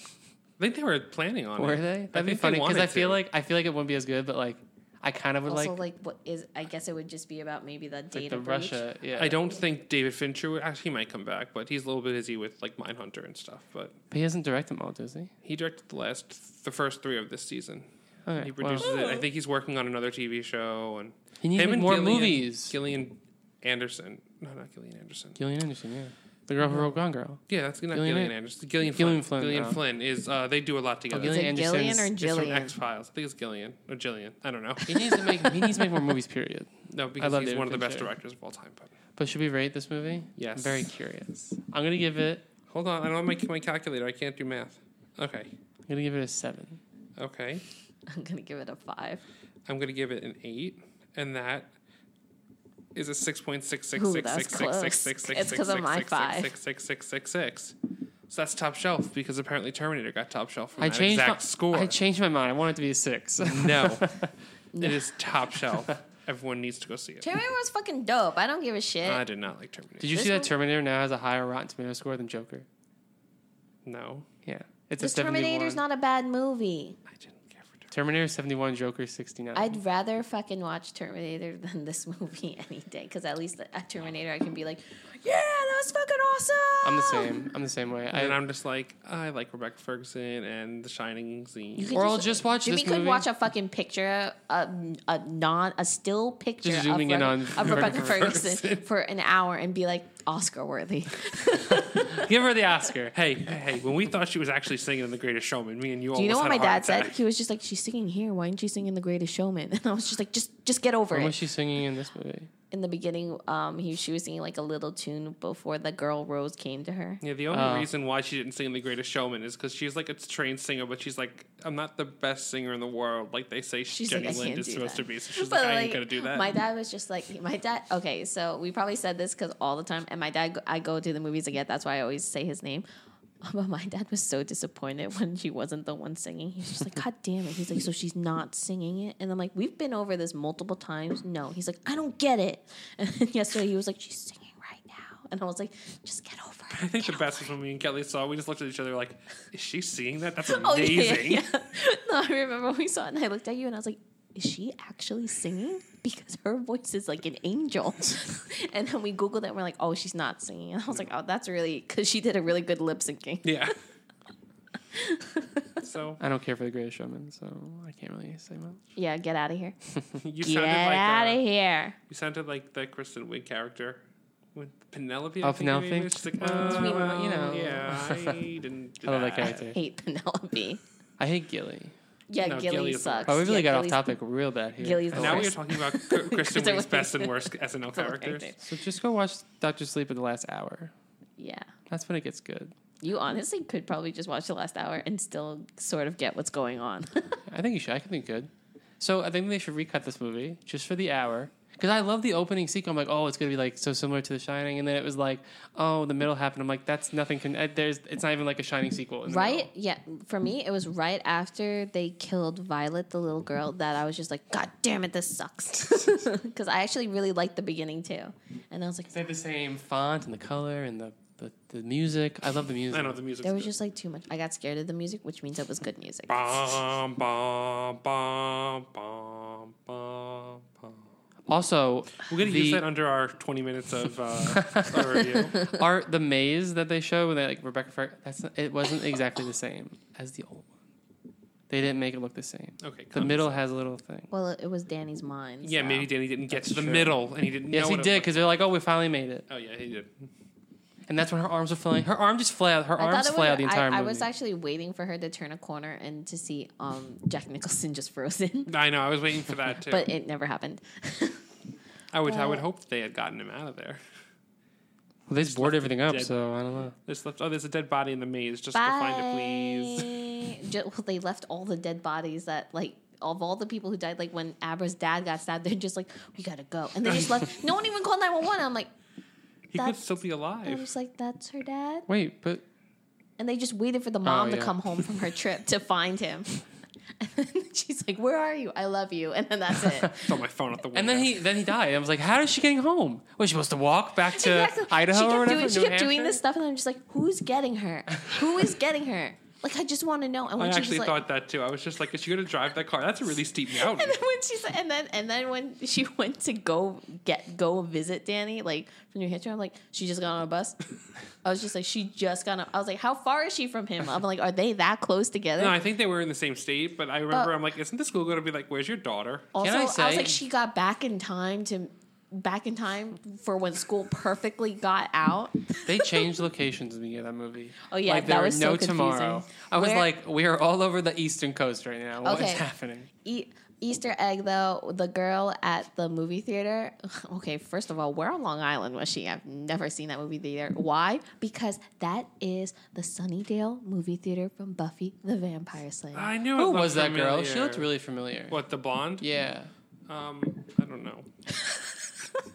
[SPEAKER 3] I think they were planning on
[SPEAKER 1] Were
[SPEAKER 3] it. I
[SPEAKER 1] they? That'd be
[SPEAKER 3] think
[SPEAKER 1] funny because
[SPEAKER 3] wanted
[SPEAKER 1] I feel
[SPEAKER 3] to.
[SPEAKER 1] like I feel like it wouldn't be as good, but like I kind of would
[SPEAKER 4] also,
[SPEAKER 1] like,
[SPEAKER 4] like, what is? I guess it would just be about maybe the
[SPEAKER 1] like
[SPEAKER 4] data
[SPEAKER 1] the
[SPEAKER 4] breach.
[SPEAKER 1] Russia. Yeah,
[SPEAKER 3] I don't think David Fincher would, actually he might come back, but he's a little busy with like Mindhunter and stuff. But
[SPEAKER 1] But he doesn't direct them all, does he?
[SPEAKER 3] he directed the last, the first three of this season.
[SPEAKER 1] Okay,
[SPEAKER 3] He
[SPEAKER 1] well,
[SPEAKER 3] produces it. I think he's working on another TV show, and
[SPEAKER 1] He needs to
[SPEAKER 3] him
[SPEAKER 1] make
[SPEAKER 3] and
[SPEAKER 1] more
[SPEAKER 3] Gillian-
[SPEAKER 1] movies.
[SPEAKER 3] Gillian Anderson, no, not Gillian Anderson.
[SPEAKER 1] Gillian Anderson, yeah, the girl who wrote Gone Girl.
[SPEAKER 3] Yeah, that's not
[SPEAKER 1] Gillian
[SPEAKER 3] Gillian,
[SPEAKER 1] An-
[SPEAKER 3] Anderson. Gillian,
[SPEAKER 1] Gillian
[SPEAKER 3] Flynn.
[SPEAKER 1] Flynn,
[SPEAKER 3] Gillian
[SPEAKER 1] oh.
[SPEAKER 3] Flynn is uh, they do a lot together.
[SPEAKER 1] Gillian
[SPEAKER 4] Is it Gillian or
[SPEAKER 1] Anderson's-
[SPEAKER 3] It's from
[SPEAKER 4] Jillian?
[SPEAKER 3] X Files. I think it's Gillian or Jillian. I don't know.
[SPEAKER 1] He needs to make he needs to make more movies. Period.
[SPEAKER 3] No, because
[SPEAKER 1] love
[SPEAKER 3] he's
[SPEAKER 1] David
[SPEAKER 3] one of the best
[SPEAKER 1] Fincher.
[SPEAKER 3] directors of all time. But
[SPEAKER 1] But should we rate this movie?
[SPEAKER 3] Yes.
[SPEAKER 1] I'm very curious. I'm gonna give it.
[SPEAKER 3] hold on, I don't have my, my calculator. I can't do math. Okay,
[SPEAKER 1] I'm gonna give it a seven.
[SPEAKER 3] okay.
[SPEAKER 4] I'm gonna give it a five.
[SPEAKER 3] I'm gonna give it an eight, and that is a six point six six
[SPEAKER 4] Ooh,
[SPEAKER 3] six
[SPEAKER 4] that's
[SPEAKER 3] six six six
[SPEAKER 4] close.
[SPEAKER 3] six
[SPEAKER 4] It's
[SPEAKER 3] six
[SPEAKER 4] 'cause
[SPEAKER 3] six
[SPEAKER 4] of my
[SPEAKER 3] six
[SPEAKER 4] five.
[SPEAKER 3] six six six six six six. So that's top shelf because apparently Terminator got top shelf from
[SPEAKER 1] I
[SPEAKER 3] that
[SPEAKER 1] changed
[SPEAKER 3] exact
[SPEAKER 1] my
[SPEAKER 3] score.
[SPEAKER 1] I changed my mind. I want it to be a six.
[SPEAKER 3] no, it is top shelf. Everyone needs to go see it.
[SPEAKER 4] Terminator was fucking dope. I don't give a shit.
[SPEAKER 1] Uh,
[SPEAKER 3] I did not like Terminator.
[SPEAKER 1] Did you
[SPEAKER 4] This
[SPEAKER 1] see
[SPEAKER 4] one-
[SPEAKER 1] that Terminator now has a higher Rotten Tomato score than Joker?
[SPEAKER 3] no,
[SPEAKER 1] Yeah, it's
[SPEAKER 4] this
[SPEAKER 1] a seventy-one.
[SPEAKER 4] Terminator's not a bad movie.
[SPEAKER 3] I didn't care for Terminator.
[SPEAKER 1] Terminator seventy-one, Joker sixty-nine.
[SPEAKER 4] I'd rather fucking watch Terminator than this movie any day. Because at least at Terminator, I can be like, yeah, that was fucking awesome.
[SPEAKER 1] I'm the same. I'm the same way.
[SPEAKER 3] And
[SPEAKER 1] I,
[SPEAKER 3] I'm just like, I like Rebecca Ferguson and The Shining Zine.
[SPEAKER 4] You could
[SPEAKER 1] Or I'll just watch
[SPEAKER 4] Jimmy
[SPEAKER 1] this
[SPEAKER 4] could
[SPEAKER 1] movie.
[SPEAKER 4] watch a fucking picture, a, a non, a still picture
[SPEAKER 1] Just zooming
[SPEAKER 4] of,
[SPEAKER 1] in
[SPEAKER 4] Re-
[SPEAKER 1] on
[SPEAKER 4] of
[SPEAKER 1] Rebecca
[SPEAKER 4] Rebecca Ferguson, for an hour and be like Oscar worthy.
[SPEAKER 1] give her the Oscar.
[SPEAKER 3] hey, hey, hey, when we thought she was actually singing in The Greatest Showman, me and you
[SPEAKER 4] Do you know
[SPEAKER 3] almost
[SPEAKER 4] what
[SPEAKER 3] had
[SPEAKER 4] my
[SPEAKER 3] a heart
[SPEAKER 4] dad said?
[SPEAKER 3] attack.
[SPEAKER 4] He was just like, "She's singing here. Why isn't she singing The Greatest Showman?" And I was just like, "Just, just get over
[SPEAKER 1] When
[SPEAKER 4] it."
[SPEAKER 1] was she singing in this movie?
[SPEAKER 4] in the beginning, um, he she was singing like a little tune before the girl Rose came to her.
[SPEAKER 3] Yeah, the only reason why she didn't sing in The Greatest Showman is because she's like a trained singer, but she's like, I'm not the best singer in the world. Like they say,
[SPEAKER 4] She's
[SPEAKER 3] Jenny
[SPEAKER 4] like, I
[SPEAKER 3] Lind
[SPEAKER 4] can't
[SPEAKER 3] is
[SPEAKER 4] do
[SPEAKER 3] supposed
[SPEAKER 4] that.
[SPEAKER 3] to be. So she's like, I ain't gonna do that.
[SPEAKER 4] My dad was just like, my dad. Okay, so we probably said this because all the time, and my dad, go- I go to the movies again. That's why I always say his name. But my dad was so disappointed when she wasn't the one singing. He's just like, God damn it. He's like, so she's not singing it. And I'm like, we've been over this multiple times. No. He's like, I don't get it. And then yesterday he was like, she's singing And I was like, just get over it.
[SPEAKER 3] I think the best was when me and Kelly saw. We just looked at each other like, "Is she seeing that? That's amazing."
[SPEAKER 4] Oh, yeah, yeah, yeah. No, I remember when we saw it and I looked at you and I was like, is she actually singing? Because her voice is like an angel. and then we Googled it and we're like, oh, she's not singing. And I was like, oh, that's really, because she did a really good lip syncing.
[SPEAKER 3] Yeah. so
[SPEAKER 1] I don't care for the greatest showman, so I can't really say much.
[SPEAKER 4] Yeah, get out of here.
[SPEAKER 3] you
[SPEAKER 4] Get
[SPEAKER 3] sounded like
[SPEAKER 4] out
[SPEAKER 3] uh,
[SPEAKER 4] of here.
[SPEAKER 3] you sounded like the Kristen Wiig character with Penelope.
[SPEAKER 1] Oh,
[SPEAKER 3] I think her name
[SPEAKER 1] Penelope?
[SPEAKER 3] is. She's like,
[SPEAKER 1] Well,
[SPEAKER 3] "Oh,
[SPEAKER 1] well, you know."
[SPEAKER 3] yeah, I didn't.
[SPEAKER 1] I love that
[SPEAKER 3] ah."
[SPEAKER 1] character.
[SPEAKER 4] Hate Penelope.
[SPEAKER 1] I hate Gilly.
[SPEAKER 4] Yeah,
[SPEAKER 3] No,
[SPEAKER 4] Gilly,
[SPEAKER 3] Gilly is the
[SPEAKER 4] sucks.
[SPEAKER 1] Oh, we really
[SPEAKER 4] yeah,
[SPEAKER 1] got
[SPEAKER 4] Gilly's-
[SPEAKER 1] off topic real bad here.
[SPEAKER 4] Gilly's the
[SPEAKER 3] And now we are
[SPEAKER 4] worst.
[SPEAKER 3] talking about K- Kristen
[SPEAKER 4] Kristen
[SPEAKER 3] Wiig's
[SPEAKER 4] Wiig.
[SPEAKER 3] best and worst SNL
[SPEAKER 4] That's all I
[SPEAKER 3] characters.
[SPEAKER 4] think.
[SPEAKER 1] So just go watch Doctor Sleep in the last hour.
[SPEAKER 4] Yeah.
[SPEAKER 1] That's when it gets good.
[SPEAKER 4] You honestly could probably just watch the last hour and still sort of get what's going on.
[SPEAKER 1] I think you should. I think good. So I think they should recut this movie just for the hour. Because I love the opening sequence. I'm like, oh, it's gonna be like so similar to The Shining, and then it was like, oh, the middle happened. I'm like, that's nothing. Con- uh, there's, it's not even like a Shining sequel. In the
[SPEAKER 4] right?
[SPEAKER 1] middle.
[SPEAKER 4] Yeah. For me, it was right after they killed Violet, the little girl, that I was just like, God damn it, this sucks. Because I actually really liked the beginning too. And I was like,
[SPEAKER 1] They had the same font and the color and the the, the music. I love the music.
[SPEAKER 3] I know the music.
[SPEAKER 4] there was just like too much. I got scared of the music, which means it was good music.
[SPEAKER 3] Bum, bum, bum, bum, bum, bum.
[SPEAKER 1] Also,
[SPEAKER 3] We're gonna
[SPEAKER 1] the,
[SPEAKER 3] use that under our 20 minutes of uh, our review.
[SPEAKER 1] art the maze that they show when they like Rebecca Ferg that's not, it wasn't exactly the same as the old one. They didn't make it look the same.
[SPEAKER 3] Okay,
[SPEAKER 1] The middle has a little thing.
[SPEAKER 4] Well, it, it was Danny's mind.
[SPEAKER 3] Yeah,
[SPEAKER 4] so.
[SPEAKER 3] maybe Danny didn't get to the
[SPEAKER 1] true.
[SPEAKER 3] middle and he didn't.
[SPEAKER 1] Yes,
[SPEAKER 3] know
[SPEAKER 1] he
[SPEAKER 3] what it
[SPEAKER 1] did
[SPEAKER 3] was.
[SPEAKER 1] because they're like, oh, we finally made it,
[SPEAKER 3] Oh yeah, he did.
[SPEAKER 1] and that's when her arms are flailing. Her arms just flail. Her
[SPEAKER 4] I thought
[SPEAKER 1] arms
[SPEAKER 4] it was,
[SPEAKER 1] flail the entire
[SPEAKER 4] I,
[SPEAKER 1] movie.
[SPEAKER 4] I was actually waiting for her to turn a corner and to see um, Jack Nicholson just frozen,
[SPEAKER 3] I know. I was waiting for that too.
[SPEAKER 4] but uh, it never happened.
[SPEAKER 3] I would. I would hope that they had gotten him out of there.
[SPEAKER 1] well, they just board everything up,
[SPEAKER 3] dead.
[SPEAKER 1] so I don't know.
[SPEAKER 3] There's left. Oh, there's a dead body in the maze. Just to find it, please.
[SPEAKER 4] Ju- well, they left all the dead bodies that like. Of all the people who died, like when Abra's dad got stabbed, they're just like, "We gotta go," and they just left. No one even called nine one one. I'm like,
[SPEAKER 3] He could
[SPEAKER 4] That's-
[SPEAKER 3] still be
[SPEAKER 4] I
[SPEAKER 3] alive.
[SPEAKER 4] was like, "That's her dad,"
[SPEAKER 1] Wait, but
[SPEAKER 4] and they just waited
[SPEAKER 3] Oh,
[SPEAKER 4] for the mom
[SPEAKER 1] yeah.
[SPEAKER 4] to come home from her trip to find him. And then she's like, "Where are you? I love you," and then that's it.
[SPEAKER 3] Throw my phone out the window.
[SPEAKER 1] and then he then he died. I was like, how is she getting home? Was she supposed to walk back to Idaho
[SPEAKER 4] she kept
[SPEAKER 1] or whatever?
[SPEAKER 4] Doing, she
[SPEAKER 1] New
[SPEAKER 4] kept doing
[SPEAKER 1] Hampshire?
[SPEAKER 4] this stuff, and I'm just like, "Who's getting her? Who is getting her?" Like, I just want to know. And when
[SPEAKER 3] I
[SPEAKER 4] she was
[SPEAKER 3] actually
[SPEAKER 4] like,
[SPEAKER 3] thought that too. I was just like, is she gonna drive that car? That's a really steep mountain.
[SPEAKER 4] And then when she said, and then and then when she went to go get go visit Danny, like from New Hampshire, I'm like, she just got on a bus. I was just like, she just got on. I was like, how far is she from him? I'm like, are they that close together?
[SPEAKER 3] No, I think they were in the same state, but I remember
[SPEAKER 4] But-
[SPEAKER 3] I'm like, isn't the school going to be like, where's your daughter?
[SPEAKER 4] also,
[SPEAKER 1] Can I
[SPEAKER 4] I,
[SPEAKER 1] say-
[SPEAKER 4] was like, she got back in time to back in time for when school perfectly got out.
[SPEAKER 1] They changed locations in the beginning of that movie.
[SPEAKER 4] Oh, yeah,
[SPEAKER 1] like, there
[SPEAKER 4] that
[SPEAKER 1] were
[SPEAKER 4] was
[SPEAKER 1] no
[SPEAKER 4] so confusing.
[SPEAKER 1] tomorrow. I was
[SPEAKER 4] Where-
[SPEAKER 1] like, we are all over the eastern coast right now. What is
[SPEAKER 4] Okay.
[SPEAKER 1] happening?
[SPEAKER 4] E- Easter egg though, the girl at the movie theater. Okay, first of all, where on Long Island was she? I've never seen that movie theater. Why? Because that is the Sunnydale movie theater from Buffy the Vampire Slayer.
[SPEAKER 3] I knew it
[SPEAKER 1] Who
[SPEAKER 3] looked
[SPEAKER 1] was that girl? She
[SPEAKER 3] familiar.
[SPEAKER 1] looked really familiar.
[SPEAKER 3] What, the blonde?
[SPEAKER 1] Yeah.
[SPEAKER 3] Um, I don't know.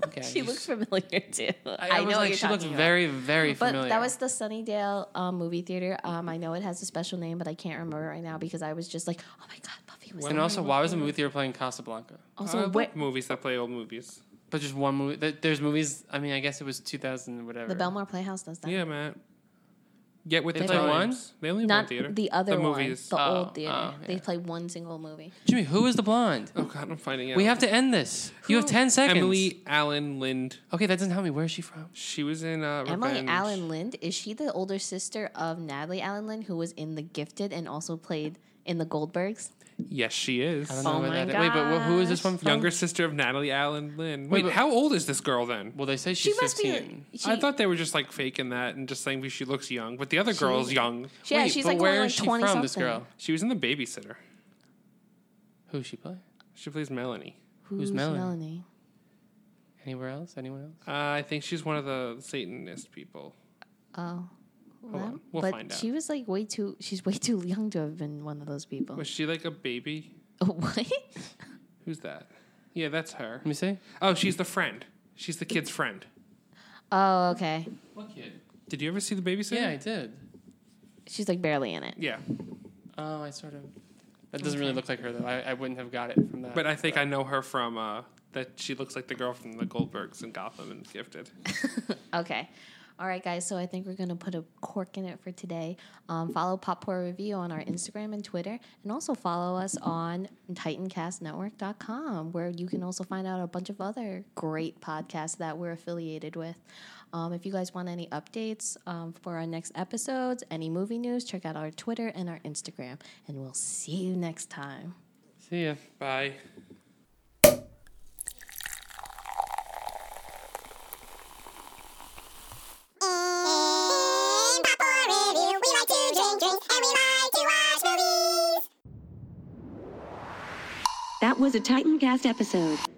[SPEAKER 1] Okay.
[SPEAKER 4] she
[SPEAKER 1] You
[SPEAKER 4] looked familiar too.
[SPEAKER 1] I,
[SPEAKER 4] I,
[SPEAKER 1] I was
[SPEAKER 4] know what
[SPEAKER 1] like,
[SPEAKER 4] you're
[SPEAKER 1] she
[SPEAKER 4] talking
[SPEAKER 1] looked
[SPEAKER 4] about.
[SPEAKER 1] very, very
[SPEAKER 4] But
[SPEAKER 1] familiar.
[SPEAKER 4] that was the Sunnydale um, movie theater. Um, I know it has a special name, but I can't remember right now because I was just like, oh my god, Buffy was.
[SPEAKER 1] and
[SPEAKER 4] there.
[SPEAKER 1] also, why was the movie theater playing Casablanca?
[SPEAKER 4] Also,
[SPEAKER 3] I like
[SPEAKER 4] where-
[SPEAKER 3] movies that play old movies.
[SPEAKER 1] But just one movie. th- There's movies. I mean, I guess it was 2000 or whatever.
[SPEAKER 4] the Belmore Playhouse does that.
[SPEAKER 3] Yeah, Matt. Get with
[SPEAKER 1] They
[SPEAKER 3] the
[SPEAKER 1] play one?
[SPEAKER 3] times. They only have one
[SPEAKER 4] Not
[SPEAKER 3] theater.
[SPEAKER 4] the other
[SPEAKER 3] the
[SPEAKER 4] one,
[SPEAKER 3] movies.
[SPEAKER 4] the
[SPEAKER 1] Oh,
[SPEAKER 4] old theater.
[SPEAKER 1] oh,
[SPEAKER 4] They
[SPEAKER 1] yeah.
[SPEAKER 4] play one single movie.
[SPEAKER 1] Jimmy, who is the blonde?
[SPEAKER 3] oh God, I'm finding out.
[SPEAKER 1] We have to end this. You have 10 seconds.
[SPEAKER 3] Emily Allen Lind.
[SPEAKER 1] Okay, that doesn't help me. Where is she from?
[SPEAKER 3] She was in uh,
[SPEAKER 4] Emily
[SPEAKER 3] Revenge.
[SPEAKER 4] Allen Lind is she the older sister of Natalie Allen Lind, who was in The Gifted and also played in The Goldbergs?
[SPEAKER 3] Yes, she is.
[SPEAKER 1] I don't know
[SPEAKER 4] Oh
[SPEAKER 1] where
[SPEAKER 4] my
[SPEAKER 1] that is. Wait, but wh- who is this one from?
[SPEAKER 3] Younger sister of Natalie Allen Lind. Wait,
[SPEAKER 1] but-
[SPEAKER 3] how old is this girl then?
[SPEAKER 1] Well, they say
[SPEAKER 4] She
[SPEAKER 1] she's
[SPEAKER 4] must
[SPEAKER 1] 15.
[SPEAKER 4] be. She,
[SPEAKER 3] I thought they were just like faking that and just saying she looks young, but the other girl's young.
[SPEAKER 4] she- yeah,
[SPEAKER 1] Wait,
[SPEAKER 4] she's
[SPEAKER 1] but
[SPEAKER 4] like
[SPEAKER 1] where
[SPEAKER 4] only like
[SPEAKER 1] is she
[SPEAKER 4] twenty
[SPEAKER 1] from,
[SPEAKER 4] something.
[SPEAKER 1] this girl?
[SPEAKER 3] She was in the babysitter.
[SPEAKER 1] Who does she play?
[SPEAKER 3] She plays Melanie.
[SPEAKER 4] Who's,
[SPEAKER 1] Melanie?
[SPEAKER 4] Melanie?
[SPEAKER 1] Anywhere else? Anyone else?
[SPEAKER 3] Uh, I think she's one of the Satanist people.
[SPEAKER 4] Oh. Well,
[SPEAKER 3] on, we'll
[SPEAKER 4] but
[SPEAKER 3] find out.
[SPEAKER 4] she was like way too. She's way too young to have been one of those people.
[SPEAKER 3] Was she like a baby?
[SPEAKER 4] what?
[SPEAKER 3] Who's that? Yeah, that's her.
[SPEAKER 1] Let me see.
[SPEAKER 3] Oh, she's the friend. She's the kid's friend.
[SPEAKER 4] Oh, okay.
[SPEAKER 1] What kid?
[SPEAKER 3] Did you ever see the babysitter?
[SPEAKER 1] Yeah, I did.
[SPEAKER 4] She's like barely in it.
[SPEAKER 3] Yeah,
[SPEAKER 1] Oh, I sort of. That doesn't really look like her though. I, I wouldn't have got it from that.
[SPEAKER 3] but I think I know her from uh, that she looks like the girl from the Goldbergs in Gotham and Gifted.
[SPEAKER 4] Okay. All right, guys. So I think we're going to put a cork in it for today. Um, follow Pop Poor Review on our Instagram and Twitter. And also follow us on TitancastNetwork.com, where you can also find out a bunch of other great podcasts that we're affiliated with. Um, if you guys want any updates um, for our next episodes, any movie news, check out our Twitter and our Instagram. And we'll see you next time.
[SPEAKER 1] See ya.
[SPEAKER 3] Bye.
[SPEAKER 8] In Pop War Review, we like to drink drinks and we like to watch movies.
[SPEAKER 9] That was a Titan Cast episode.